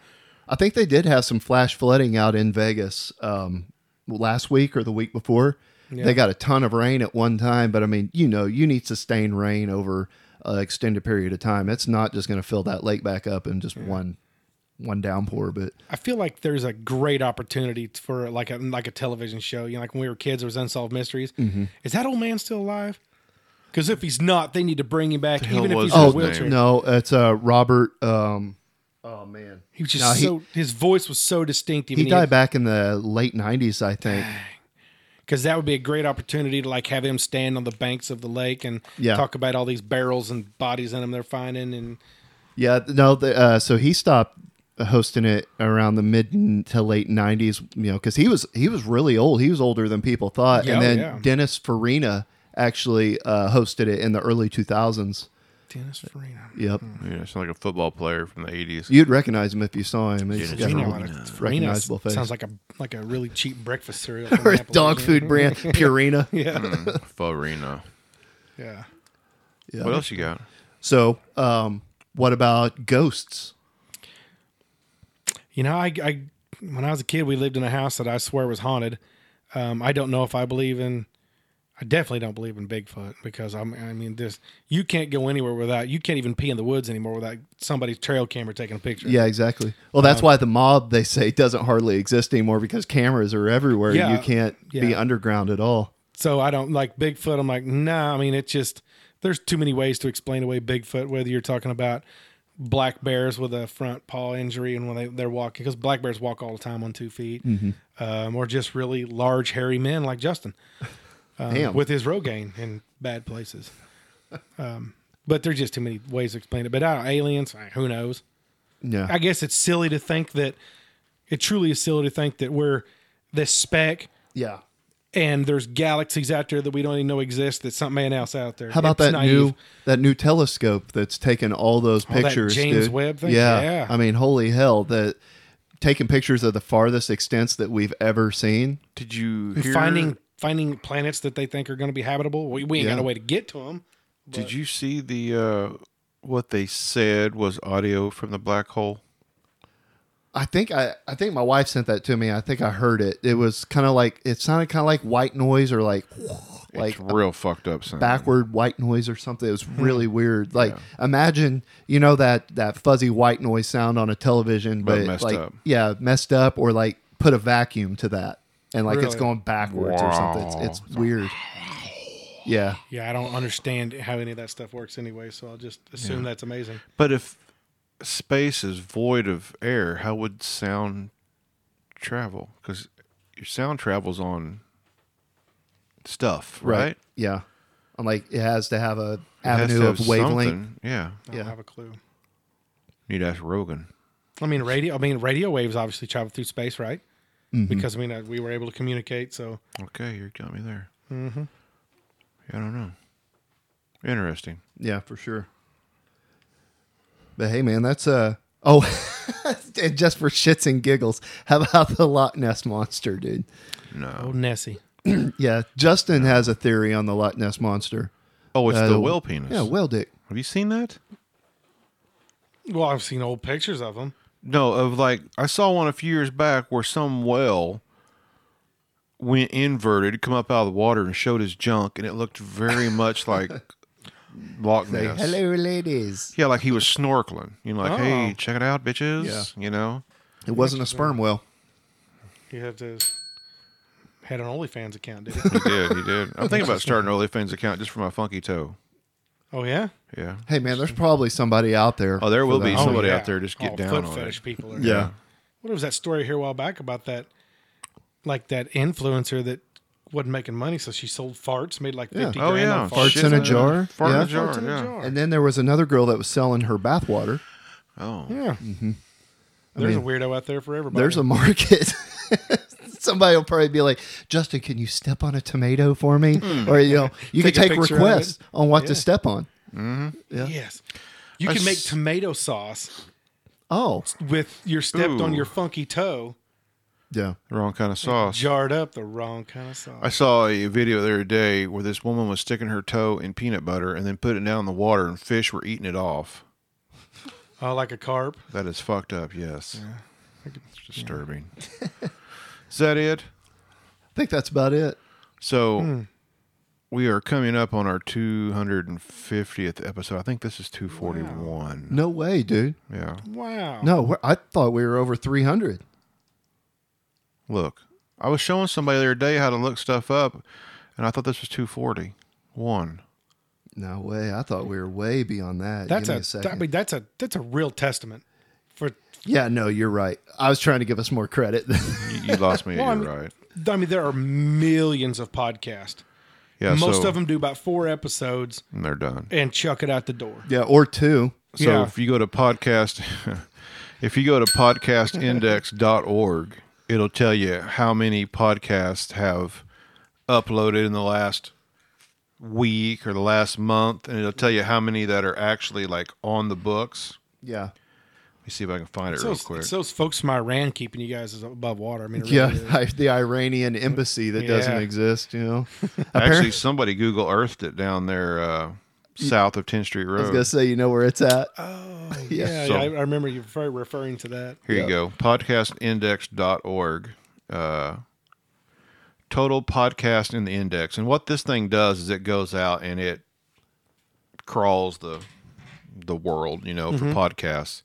I think they did have some flash flooding out in Vegas um, last week or the week before. They got a ton of rain at one time, but I mean, you know, you need sustained rain over an extended period of time. It's not just going to fill that lake back up in just one one downpour. But I feel like there's a great opportunity for like a like a television show. You know, like when we were kids, there was Unsolved Mysteries. Mm-hmm. Is that old man still alive? Because if he's not, they need to bring him back, hell even if he's was in a his oh name? wheelchair. no, it's uh, Robert. Um, oh man, He was just No, he- so his voice was so distinctive. he died back in the late '90s, I think. because that would be a great opportunity to like have him stand on the banks of the lake and Yeah. talk about all these barrels and bodies in them they're finding. And Yeah, no. The, uh, so he stopped hosting it around the mid to late '90s. You know, because he was he was really old. He was older than people thought. Yeah, oh, and then yeah. Dennis Farina actually uh, hosted it in the early 2000s. Dennis Farina, Yep, Yeah, it's like a football player from the eighties. you'd recognize him if you saw him. He's Dennis got Farina, a like, really Farina recognizable face. sounds like a like a really cheap breakfast [laughs] cereal or from a dog Appalachia. food [laughs] brand, Purina. Farina. Yeah, Yeah. What else you got? So, um, what about ghosts? you know, I, I when I was a kid, we lived in a house that I swear was haunted. Um, I don't know if I believe in. I definitely don't believe in Bigfoot because I'm. I mean, this you can't go anywhere without. You can't even pee in the woods anymore without somebody's trail camera taking a picture. Yeah, exactly. Well, that's Uh, why the mob they say doesn't hardly exist anymore because cameras are everywhere. Yeah, you can't be yeah. underground at all. so I don't like Bigfoot. I'm like, nah. I mean, it's just there's too many ways to explain away Bigfoot. Whether you're talking about black bears with a front paw injury and when they, they're walking, because black bears walk all the time on two feet, um, or just really large hairy men like Justin um, Damn. with his Rogaine in bad places. [laughs] Um, but there's just too many ways to explain it. But I don't, aliens, eh, who knows? Yeah. I guess it's silly to think that it truly is silly to think that we're this speck Yeah. and there's galaxies out there that we don't even know exist that something else out there. How about It's that naive. new that new telescope that's taking all those that pictures? James dude? Webb thing? Yeah. Yeah. I mean, holy hell! That taking pictures of the farthest extents that we've ever seen. Did you hear, finding finding planets that they think are going to be habitable? We, we ain't got Yeah. a way to get to them. Did you see the uh, what they said was audio from the black hole? I think I, I think my wife sent that to me. I think I heard it. It was kind of like it sounded kind of like white noise or like like it's real fucked up. Sound. backward white noise or something. It was Hmm. really weird. Like imagine, you know that that fuzzy white noise sound on a television, But but, messed like up. yeah, messed up or like put a vacuum to that and like it's Really? going backwards or something. It's, it's weird. Yeah, Yeah, I don't understand how any of that stuff works anyway, so I'll just assume that's amazing. But if space is void of air, how would sound travel? Because your sound travels on stuff, right? Yeah, I'm like it has to have a It has to avenue have of wavelength. something. Yeah, I don't Yeah. have a clue. need to ask Rogan. I mean, radio. I mean, radio waves obviously travel through space, right? Mm-hmm. Because I mean, uh, we were able to communicate. So Okay, you got me there. Mm-hmm. I don't know. Interesting. Yeah, for sure. But hey, man, that's uh oh, [laughs] and just for shits and giggles, how about the Loch Ness monster, dude? No. oh, Nessie. Yeah, Justin has a theory on the Loch Ness monster. Oh, it's Uh, the whale penis. Yeah, whale dick. Have you seen that? Well, I've seen old pictures of them. No, of like I saw one a few years back where some whale went inverted, come up out of the water, and showed his junk, and it [laughs] looked very much like Loch Ness. ladies. Yeah, like he was snorkeling. You know, like, Oh. hey, check it out, bitches. You know, It wasn't a sperm whale. You have to had an OnlyFans account, [laughs] did he did. He did. I'm thinking about starting an OnlyFans account just for my funky toe. Oh yeah. Yeah. Hey man, there's probably somebody out there. Oh, there for will be that. some- Somebody Oh, out there just get Oh, down foot on fetish it. people. Are, Yeah. What was that story here a while back about that, like that influencer that wasn't making money, so she sold farts, made like Yeah. fifty Oh grand yeah, on Farts farts. Shit. in a jar? Fart Yeah. in a jar. Farts in a yeah. jar. And then there was another girl that was selling her bathwater. Oh. Yeah. There's mean, a weirdo out there for everybody. There's a market. [laughs] Somebody will probably be like, Justin, can you step on a tomato for me? Or you know, you Take can a take picture of it. requests on what Yeah. to step on. yes. You I can make s- tomato sauce Oh, with your stepped on Ooh. your funky toe, yeah. Wrong kind of sauce. jarred up the wrong kind of sauce. I saw a video the other day where this woman was sticking her toe in peanut butter and then putting it down in the water, and fish were eating it off. Oh, like a carp. That is fucked up. Yes. It's disturbing. [laughs] is that it? I think that's about it. So we are coming up on our 250th episode. I think this is 241. No way, dude. Yeah. Wow. No, we're- I thought we were over 300. Look, I was showing somebody the other day how to look stuff up, and I thought this was 241. No way. I thought we were way beyond that. That's Give me a, a, second. I mean, that's a that's a real testament for yeah, no, you're right. I was trying to give us more credit. [laughs] You, you lost me. Well, I You're mean- right. I mean there are millions of podcasts. Yeah. Most so- of them do about 4 episodes And they're done. and chuck it out the door. yeah, or two. So Yeah. if you go to podcast, [laughs] if you go to podcastindex.org, it'll tell you how many podcasts have uploaded in the last week or the last month, and it'll tell you how many that are actually like on the books. Yeah. Let me see if I can find it So real it's, quick. it's those folks from Iran keeping you guys above water. I mean, it Yeah, really is. I, the Iranian embassy that doesn't Yeah. exist, you [laughs] know. actually, somebody Google Earthed it down there uh, south of 10th Street I was Road. going to say, you know where it's at. Uh, [laughs] yeah, Oh, So- yeah, I, I remember you refer, referring to that. Here you go. Podcastindex.org. Uh, total podcast in the index. And what this thing does is it goes out and it crawls the the world, you know, Mm-hmm. for podcasts.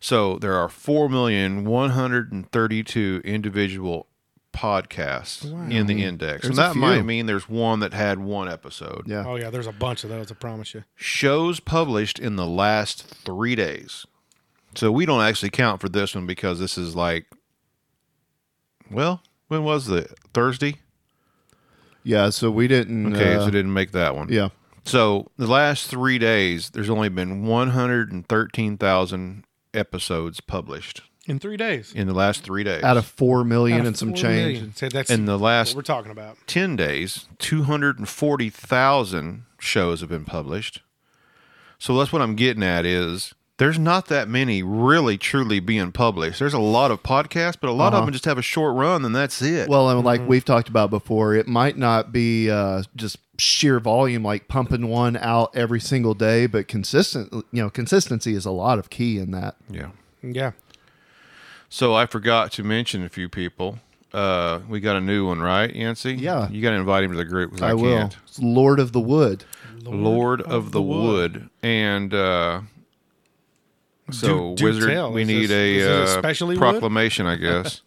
So there are 4,132 individual podcasts in the index. There's and a that might few. mean there's one that had one episode. Yeah. Oh yeah, there's a bunch of those. I promise you. Shows published in the last three days. So we don't actually count for this one because this is like, well, when was it? Thursday? Yeah, so we didn't. Okay, uh, so didn't make that one. yeah. So the last three days, there's only been 113,000 episodes published In three days. in the last three days. Out of 4 million Out of and some four change. million. So that's in the what last we're talking about. 10 days, 240,000 shows have been published. So that's what I'm getting at is there's not that many really truly being published. There's a lot of podcasts, but a lot of them just have a short run and that's it. Uh-huh. Well, and Mm-hmm. like we've talked about before, it might not be uh, just sheer volume, like pumping one out every single day, but consistent. You know, consistency is a lot of key in that. yeah. Yeah. So I forgot to mention a few people. Uh, we got a new one, right, Yancy? Yeah. You got to invite him to the group because I, I, will. can't. It's Lord of the Wood. Lord, of, the Wood. And uh, Do- so, do Wizard, tell. we Is need this- is it a, especially uh, wood? [laughs] proclamation, I guess.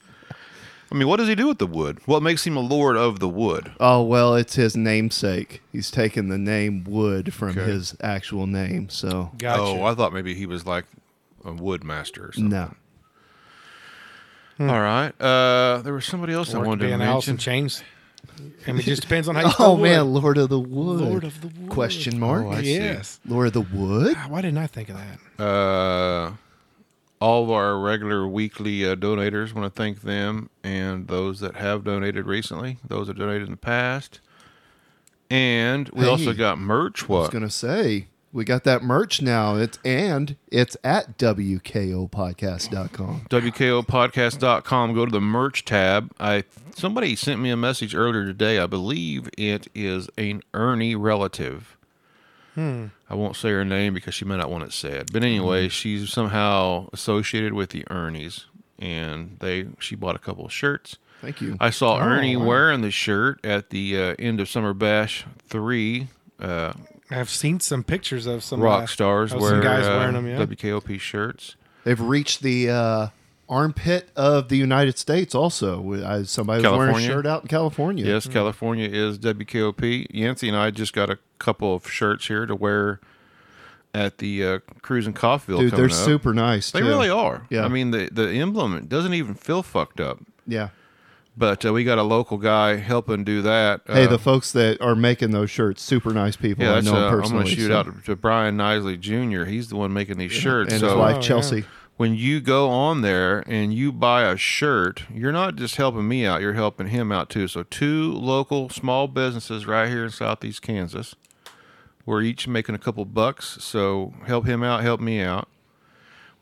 I mean, what does he do with the wood? What makes him a Lord of the Wood? Oh well, it's his namesake. He's taken the name Wood from Okay. his actual name. So Gotcha. Oh, I thought maybe he was like a wood master or something. no, All right. Uh, there was somebody else Hmm. Or I it could wanted be to an mention. Alice in Chains. I mean, it just depends on [laughs] how you. oh spell wood. man, Lord of the Wood. Lord of the Wood. Question mark. Oh, I see. yes. Lord of the Wood. Ah, Why didn't I think of that? uh, all of our regular weekly uh, donators want to thank them and those that have donated recently, those that donated in the past. And we also Hey. got merch. What? was gonna say we got that merch now. It's and it's at wkopodcast.com. WKOpodcast.com. Go to the merch tab. I somebody sent me a message earlier today. I believe it is an Ernie relative. Hmm. I won't say her name because she may not want it said. But anyway, she's somehow associated with the Ernies, and they she bought a couple of shirts. Thank you. I Oh, saw Ernie wearing the shirt at the uh, end of Summer Bash three. Uh, I've seen some pictures of some uh, rock stars of wear some guys uh, wearing them. Yeah, WKOP shirts. They've reached the uh, armpit of the United States. Also, I, somebody was wearing a California? shirt out in California. Yes, California is WKOP. Yancey and I just got a couple of shirts here to wear at the uh, cruise in Coffville. dude, coming they're up. super nice. They too. really are. Yeah. I mean, the the emblem it doesn't even feel fucked up. Yeah. But uh, we got a local guy helping do that. Hey, Uh, the folks that are making those shirts, super nice people. yeah, I that's, know 'em uh, I'm personally. going to shoot so- out to, to Brian Nisley Jr. He's the one making these shirts. and so his Oh, wife yeah. Chelsea. when you go on there and you buy a shirt, you're not just helping me out, you're helping him out too. So, two local small businesses right here in Southeast Kansas. We're each making a couple bucks. So, help him out, help me out.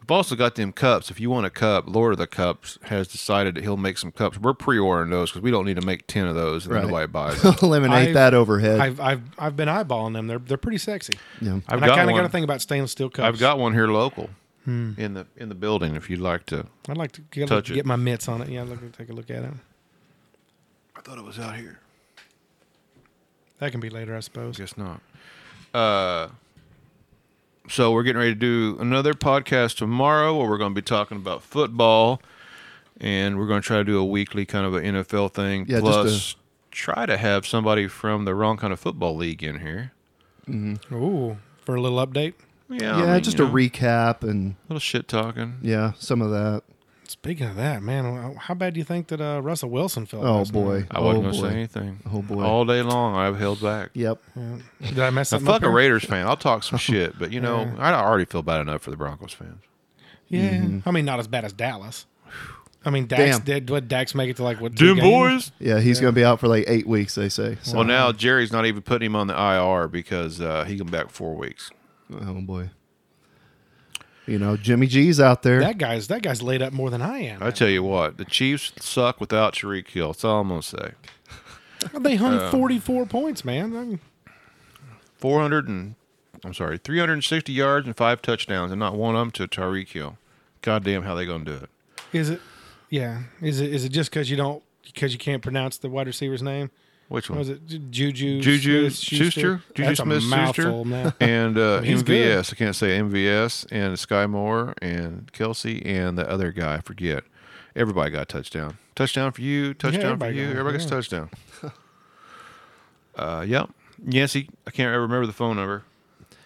We've also got them cups. If you want a cup, Lord of the Cups has decided that he'll make some cups. We're pre ordering those because we don't need to make 10 of those and Right. then nobody [laughs] buys them. [laughs] Eliminate I've- that overhead. I've I've I've been eyeballing them. They're they're pretty sexy. yeah. I've and I got kind of one. got Hmm. to think about stainless steel cups. I've got one here local in the in the building if you'd like to. I'd like to get, Touch get it. my mitts on it. Yeah, look, take a look at it. I thought it was out here. That can be later, I suppose. Guess not. Uh, so we're getting ready to do another podcast tomorrow where we're going to be talking about football, and we're going to try to do a weekly kind of an NFL thing. Yeah, just Plus, try to have somebody from the wrong kind of football league in here. Ooh, for a little update. Yeah, I yeah, mean, just you a know, recap and little shit talking. yeah, some of that. Speaking of that, man, uh, how bad do you think that uh, Russell Wilson felt? Oh last boy. night? I oh wasn't going to boy. say anything. Oh, boy. All day long, I've held back. Yep. Yeah. Did I mess I'm up? fuck a Raiders fan. I'll [laughs] talk some shit, but you know, I already feel bad enough for the Broncos fans. Yeah, Mm-hmm. I mean, not as bad as Dallas. I mean, Dax Damn. did. What Dax make it to like what? two Doom games? boys. Yeah, he's going to be out for like eight weeks. They say. So, Well, now Jerry's not even putting him on the IR because uh, he come back four weeks. oh boy. You know, Jimmy G's out there. That guy's that guy's laid up more than I am. I tell you what, the Chiefs suck without Tariq Hill. That's all I'm gonna say. they hung uh, forty four points, man. I mean, Four hundred and I'm sorry, three hundred and sixty yards and five touchdowns, and not one of them to Tariq Hill. Goddamn, how they gonna do it? is it? Yeah, is it? Is it just because you don't because you can't pronounce the wide receiver's name? Which one? What was it Ju- Juju? Juju Smith-Schuster? Schuster, Juju That's a Smith mouthful, man. Schuster, and uh, He's MVS. good. I can't say MVS and Sky Moore and Kelsey and the other guy. I forget. Everybody got a touchdown. Touchdown for you. Touchdown for everybody you. got it, everybody gets a touchdown. [laughs] uh, yep. Yancey, I can't remember the phone number.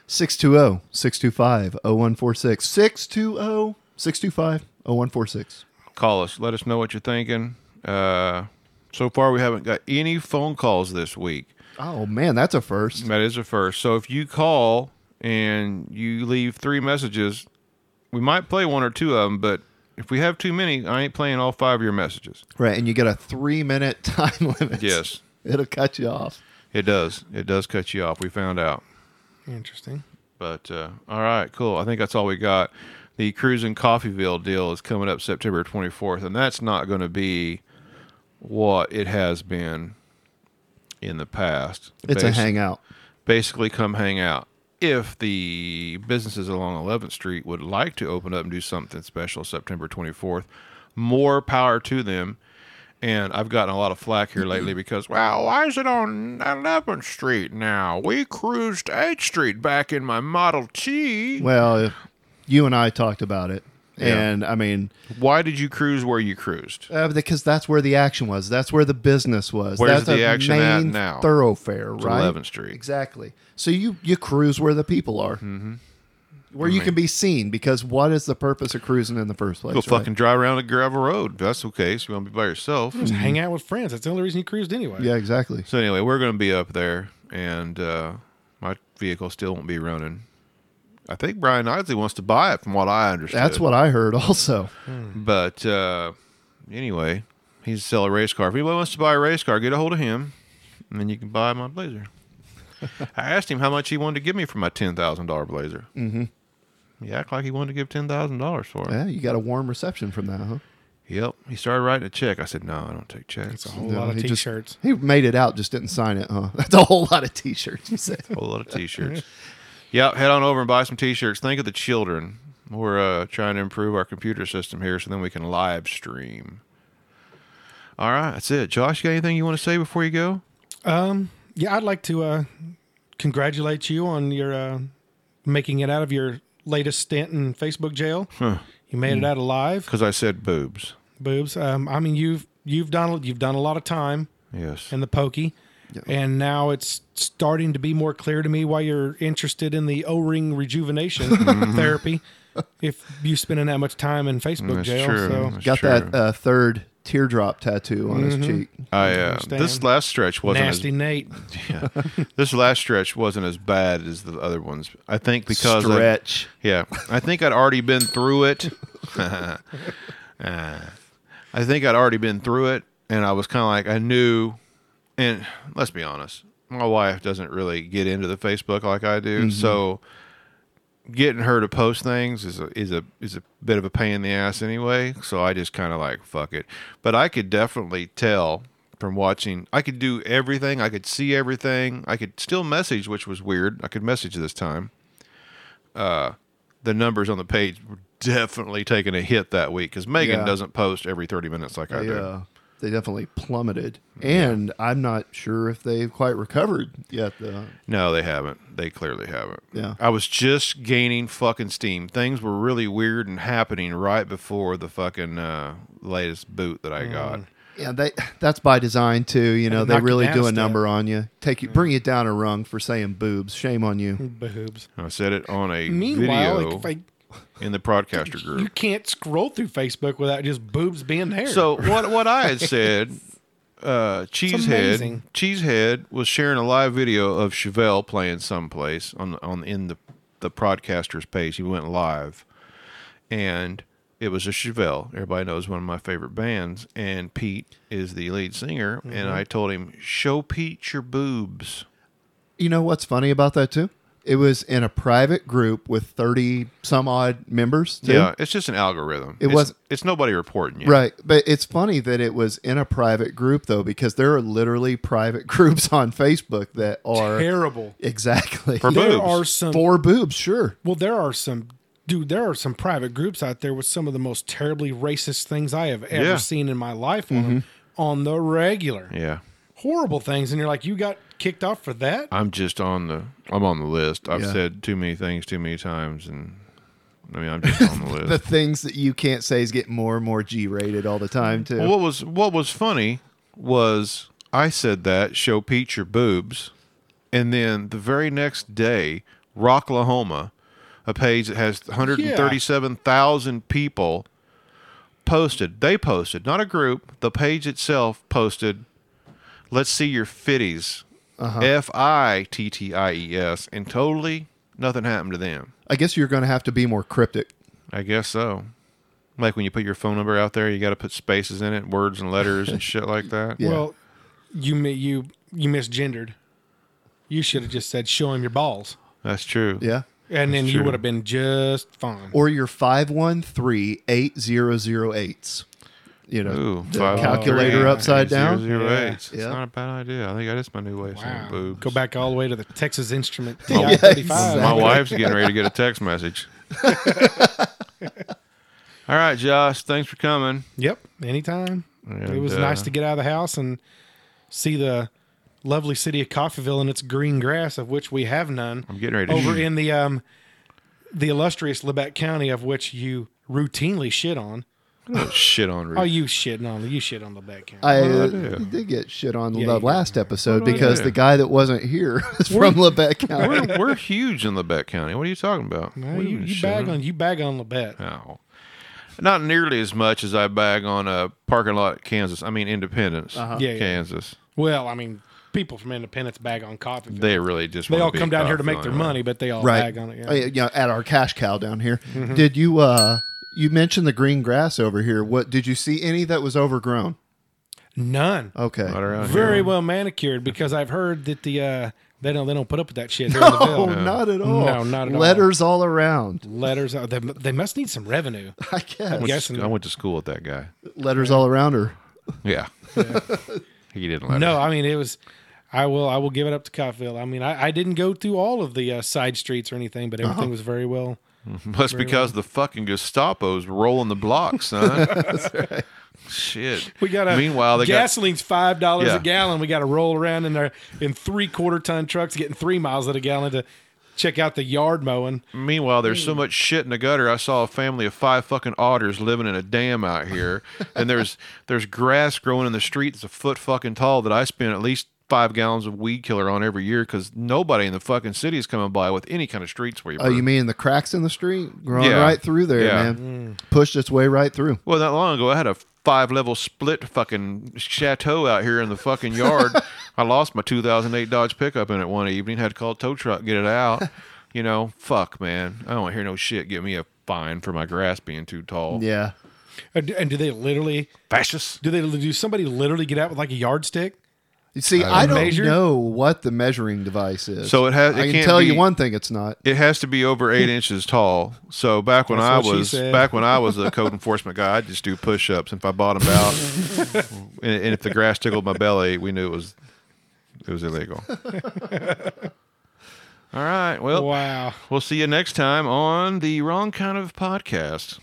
620 625 0146. 620 625 0146. Call us. Let us know what you're thinking. Uh, so far, we haven't got any phone calls this week. Oh, man, that's a first. That is a first. So if you call and you leave three messages, we might play one or two of them, but if we have too many, I ain't playing all five of your messages. Right. And you get a three minute [laughs] time limit. Yes, It'll cut you off. it does. It does cut you off. We found out. Interesting. But uh, all right, cool. I think that's all we got. The Cruise in Coffeeville deal is coming up September 24th, and that's not going to be what it has been in the past. It's a Basi- hangout. basically come hang out. If the businesses along 11th Street would like to open up and do something special September 24th, more power to them. And I've gotten a lot of flack here Mm-hmm. lately because, well, why is it on 11th Street now? We cruised 8th Street back in my Model T. Well, you and I talked about it. And I mean, Why did you cruise where you cruised? uh, because that's where the action was. That's where the business was. that's Where's the a action at main now? thoroughfare, right? 11th Street. Exactly. So you you cruise where the people are, mm-hmm. where you can be seen. Because what is the purpose of cruising in the first place? Go right? fucking drive around a gravel road. That's okay. So you want to be by yourself. Just hang out with friends. That's the only reason you cruised anyway. Yeah, exactly. So anyway, we're going to be up there, and uh, my vehicle still won't be running. I think Brian Isley wants to buy it, from what I understand. That's what I heard. [laughs] Also, But uh, anyway, he's sell a race car. If anybody wants to buy a race car, get a hold of him, and then you can buy my Blazer. I asked him how much he wanted to give me for my ten thousand dollar Blazer. Mm-hmm. He act like he wanted to give ten thousand dollars for it. yeah, you got a warm reception from that, huh? Yep. He started writing a check. I said, "No, I don't take checks. It's a whole No, lot of he just- t-shirts. He made it out, just didn't sign it, huh? [laughs] That's a whole lot of t-shirts. You said. whole lot of t-shirts. yeah, head on over and buy some t-shirts. Think of the children. We're uh, trying to improve our computer system here so then we can live stream. All right, that's it. Josh, you got anything you want to say before you go? Um, yeah, I'd like to uh, congratulate you on your uh, making it out of your latest stint in Facebook jail. You made Hmm. it out alive, Because I said boobs. boobs. Um, I mean, you've you've done you've done a lot of time Yes. in the pokey, and now it's starting to be more clear to me why you're interested in the O-ring [laughs] rejuvenation Mm-hmm. therapy. If you spending that much time in Facebook That's jail, true. so That's Got true. Mm-hmm. that uh, third teardrop tattoo on his cheek. I uh, understand. this last stretch wasn't as [laughs] nasty Nate. This last stretch wasn't as bad as the other ones. I think because I- Stretch. yeah, I think I'd already been through it. [laughs] Ah. I think I'd already been through it, and I was kind of like I knew. And let's be honest, my wife doesn't really get into the Facebook like I do, so getting her to post things is a, is a is a bit of a pain in the ass anyway. So I just kind of like fuck it. But I could definitely tell from watching. I could do everything. I could see everything. I could still message, which was weird. I could message this time. Uh, the numbers on the page were definitely taking a hit that week because Megan Yeah. doesn't post every thirty minutes like I They, do. uh, they definitely plummeted. And I'm not sure if they've quite recovered yet. Though. No, they haven't. They clearly haven't. Yeah. I was just gaining fucking steam. Things were really weird and happening right before the fucking uh, latest boot that I Mm. got. Yeah, they that's by design too. You know, Knock they you really down do a a step. number on you. Take you, bring you down a rung for saying boobs. Shame on Mm. you. Boobs. I said it on a Meanwhile, video like, if I- in the broadcaster you group. can't scroll through Facebook without just boobs being there. [laughs] So what what I had said, uh, Cheesehead amazing. Cheesehead was sharing a live video of Chevelle playing someplace on the- on in the the broadcaster's page. He went live, and it was a Chevelle. Everybody knows one of my favorite bands, and Pete is the lead singer. Mm-hmm. And I told him, "Show Pete your boobs." You know what's funny about that too? It was in a private group with thirty some odd members. Too. Yeah, it's just an algorithm. It it's, was- It's nobody reporting you. Right, but it's funny that it was in a private group though, because there are literally private [laughs] groups on Facebook that are terrible. exactly For There boobs. are some. for boobs. Sure, Well, there are some. Dude, there are some private groups out there with some of the most terribly racist things I have ever Yeah. Mm-hmm. seen in my life on them, on the regular. Yeah. Horrible things, and you're like, you got kicked off for that. I'm just on the I'm on the list. I've Yeah. said too many things too many times, and I mean I'm just on the the list. things that you can't say is getting more and more G rated all the time too. Well, what was what was funny was I said that show Pete your boobs, and then the very next day, Rocklahoma, a page that has 137,000 people posted. They posted, not a group. The page itself posted. Let's see your fitties. F I T T I E S, and totally nothing happened to them. I guess you're going to have to be more cryptic. I guess so. Like when you put your phone number out there, you got to put spaces in it, words and letters and shit [laughs] like that. Yeah. Well, you mi- you you misgendered. You should have just said, show him your balls, That's true. Yeah. and then you true. would have been just fine. or your 513 8008s. You know, Ooh, the five, oh calculator three, upside three, down. Zero, zero, Yeah. eight. It's Yeah. not a bad idea. I think that is my new way of Wow. saying boobs. Go back all the way to the Texas Instrument. Yeah, TI-35. My wife's getting ready to get a [laughs] text message. All right, Josh. Thanks for coming. Yep, anytime. And, it was uh, nice to get out of the house and see the lovely city of Coffeeville and its green grass, of which we have none. I'm getting ready to Over in the um, the illustrious Lebec County, of which you routinely shit on. shit on. Oh, you shitting on you shit on Lebec County. I uh, What did I do? did get shit on Yeah, the you- last episode did I because do? the guy that wasn't here [laughs] is from Lebec County. we're, we're huge in Lebec County. What are you talking about? No, What are you, you shit bag on you bag on Lebec. No. Not nearly as much as I bag on a parking lot at Kansas. I mean, Independence, Yeah, yeah. Kansas. Well, I mean, people from Independence bag on Coffeeville. They, They really just all wanna be come down here to cocky make their on it. money, but they all Right. bag on it. Yeah. Mm-hmm. Uh, You know, at our cash cow down here. Did you, uh, you mentioned the green grass over here. What did you see any that was overgrown? None. Okay. Right around here. Very well manicured because I've heard that the uh, they don't they don't put up with that shit. Here in the Oh, Ville. not at all. No, not at all. Letters all around. [laughs] letters. out. They, they must need some [laughs] revenue. I guess. I went, to, Yes, sc- and- I went to school with that guy. Letters all around her. Yeah. [laughs] he didn't let No, us. I mean it was. I will. I will give it up to Coffville. I mean, I, I didn't go through all of the uh, side streets or anything, but everything was very well That's because the fucking Gestapo's rolling the [laughs] blocks, son. Shit. We got to. Meanwhile, they gasoline's five dollars Yeah. a gallon. We got to roll around in there in three quarter ton trucks, getting three miles at a gallon to check out the yard mowing. got. Meanwhile, there's Hmm. so much shit in the gutter. I saw a family of five fucking otters living in a dam [laughs] out here, and there's there's grass growing in the street that's a foot fucking tall that I spend at least five gallons of weed killer on every year because nobody in the fucking city is coming by with any kind of street sweeper. Oh, you mean the cracks in the street? Growing Yeah. right through there, Yeah. man. Mm. Pushed its way right through. Well, not long ago, I had a five level split fucking chateau out here in the fucking [laughs] yard. I lost my 2008 Dodge pickup in it one evening. Had to call a tow truck, get it out. [laughs] You know, fuck, man. I don't want to hear no shit. Give me a fine for my grass being too tall. Yeah. And do- and do they literally? Fascist. Do they? Do somebody literally get out with like a yardstick? You see, I don't Measure? know what the measuring device is. Uh, So it has- it I can can't tell you be- one thing: it's not. It has to be [laughs] over eight inches tall. So back when That's I what she was said. back when I [laughs] was a code enforcement guy, I'd just do push ups. If I bottomed out, [laughs] and, and if the grass tickled my belly, we knew it was it was [laughs] illegal. All right. Well, Wow. We'll see you next time on the Wrong Kind of Podcast.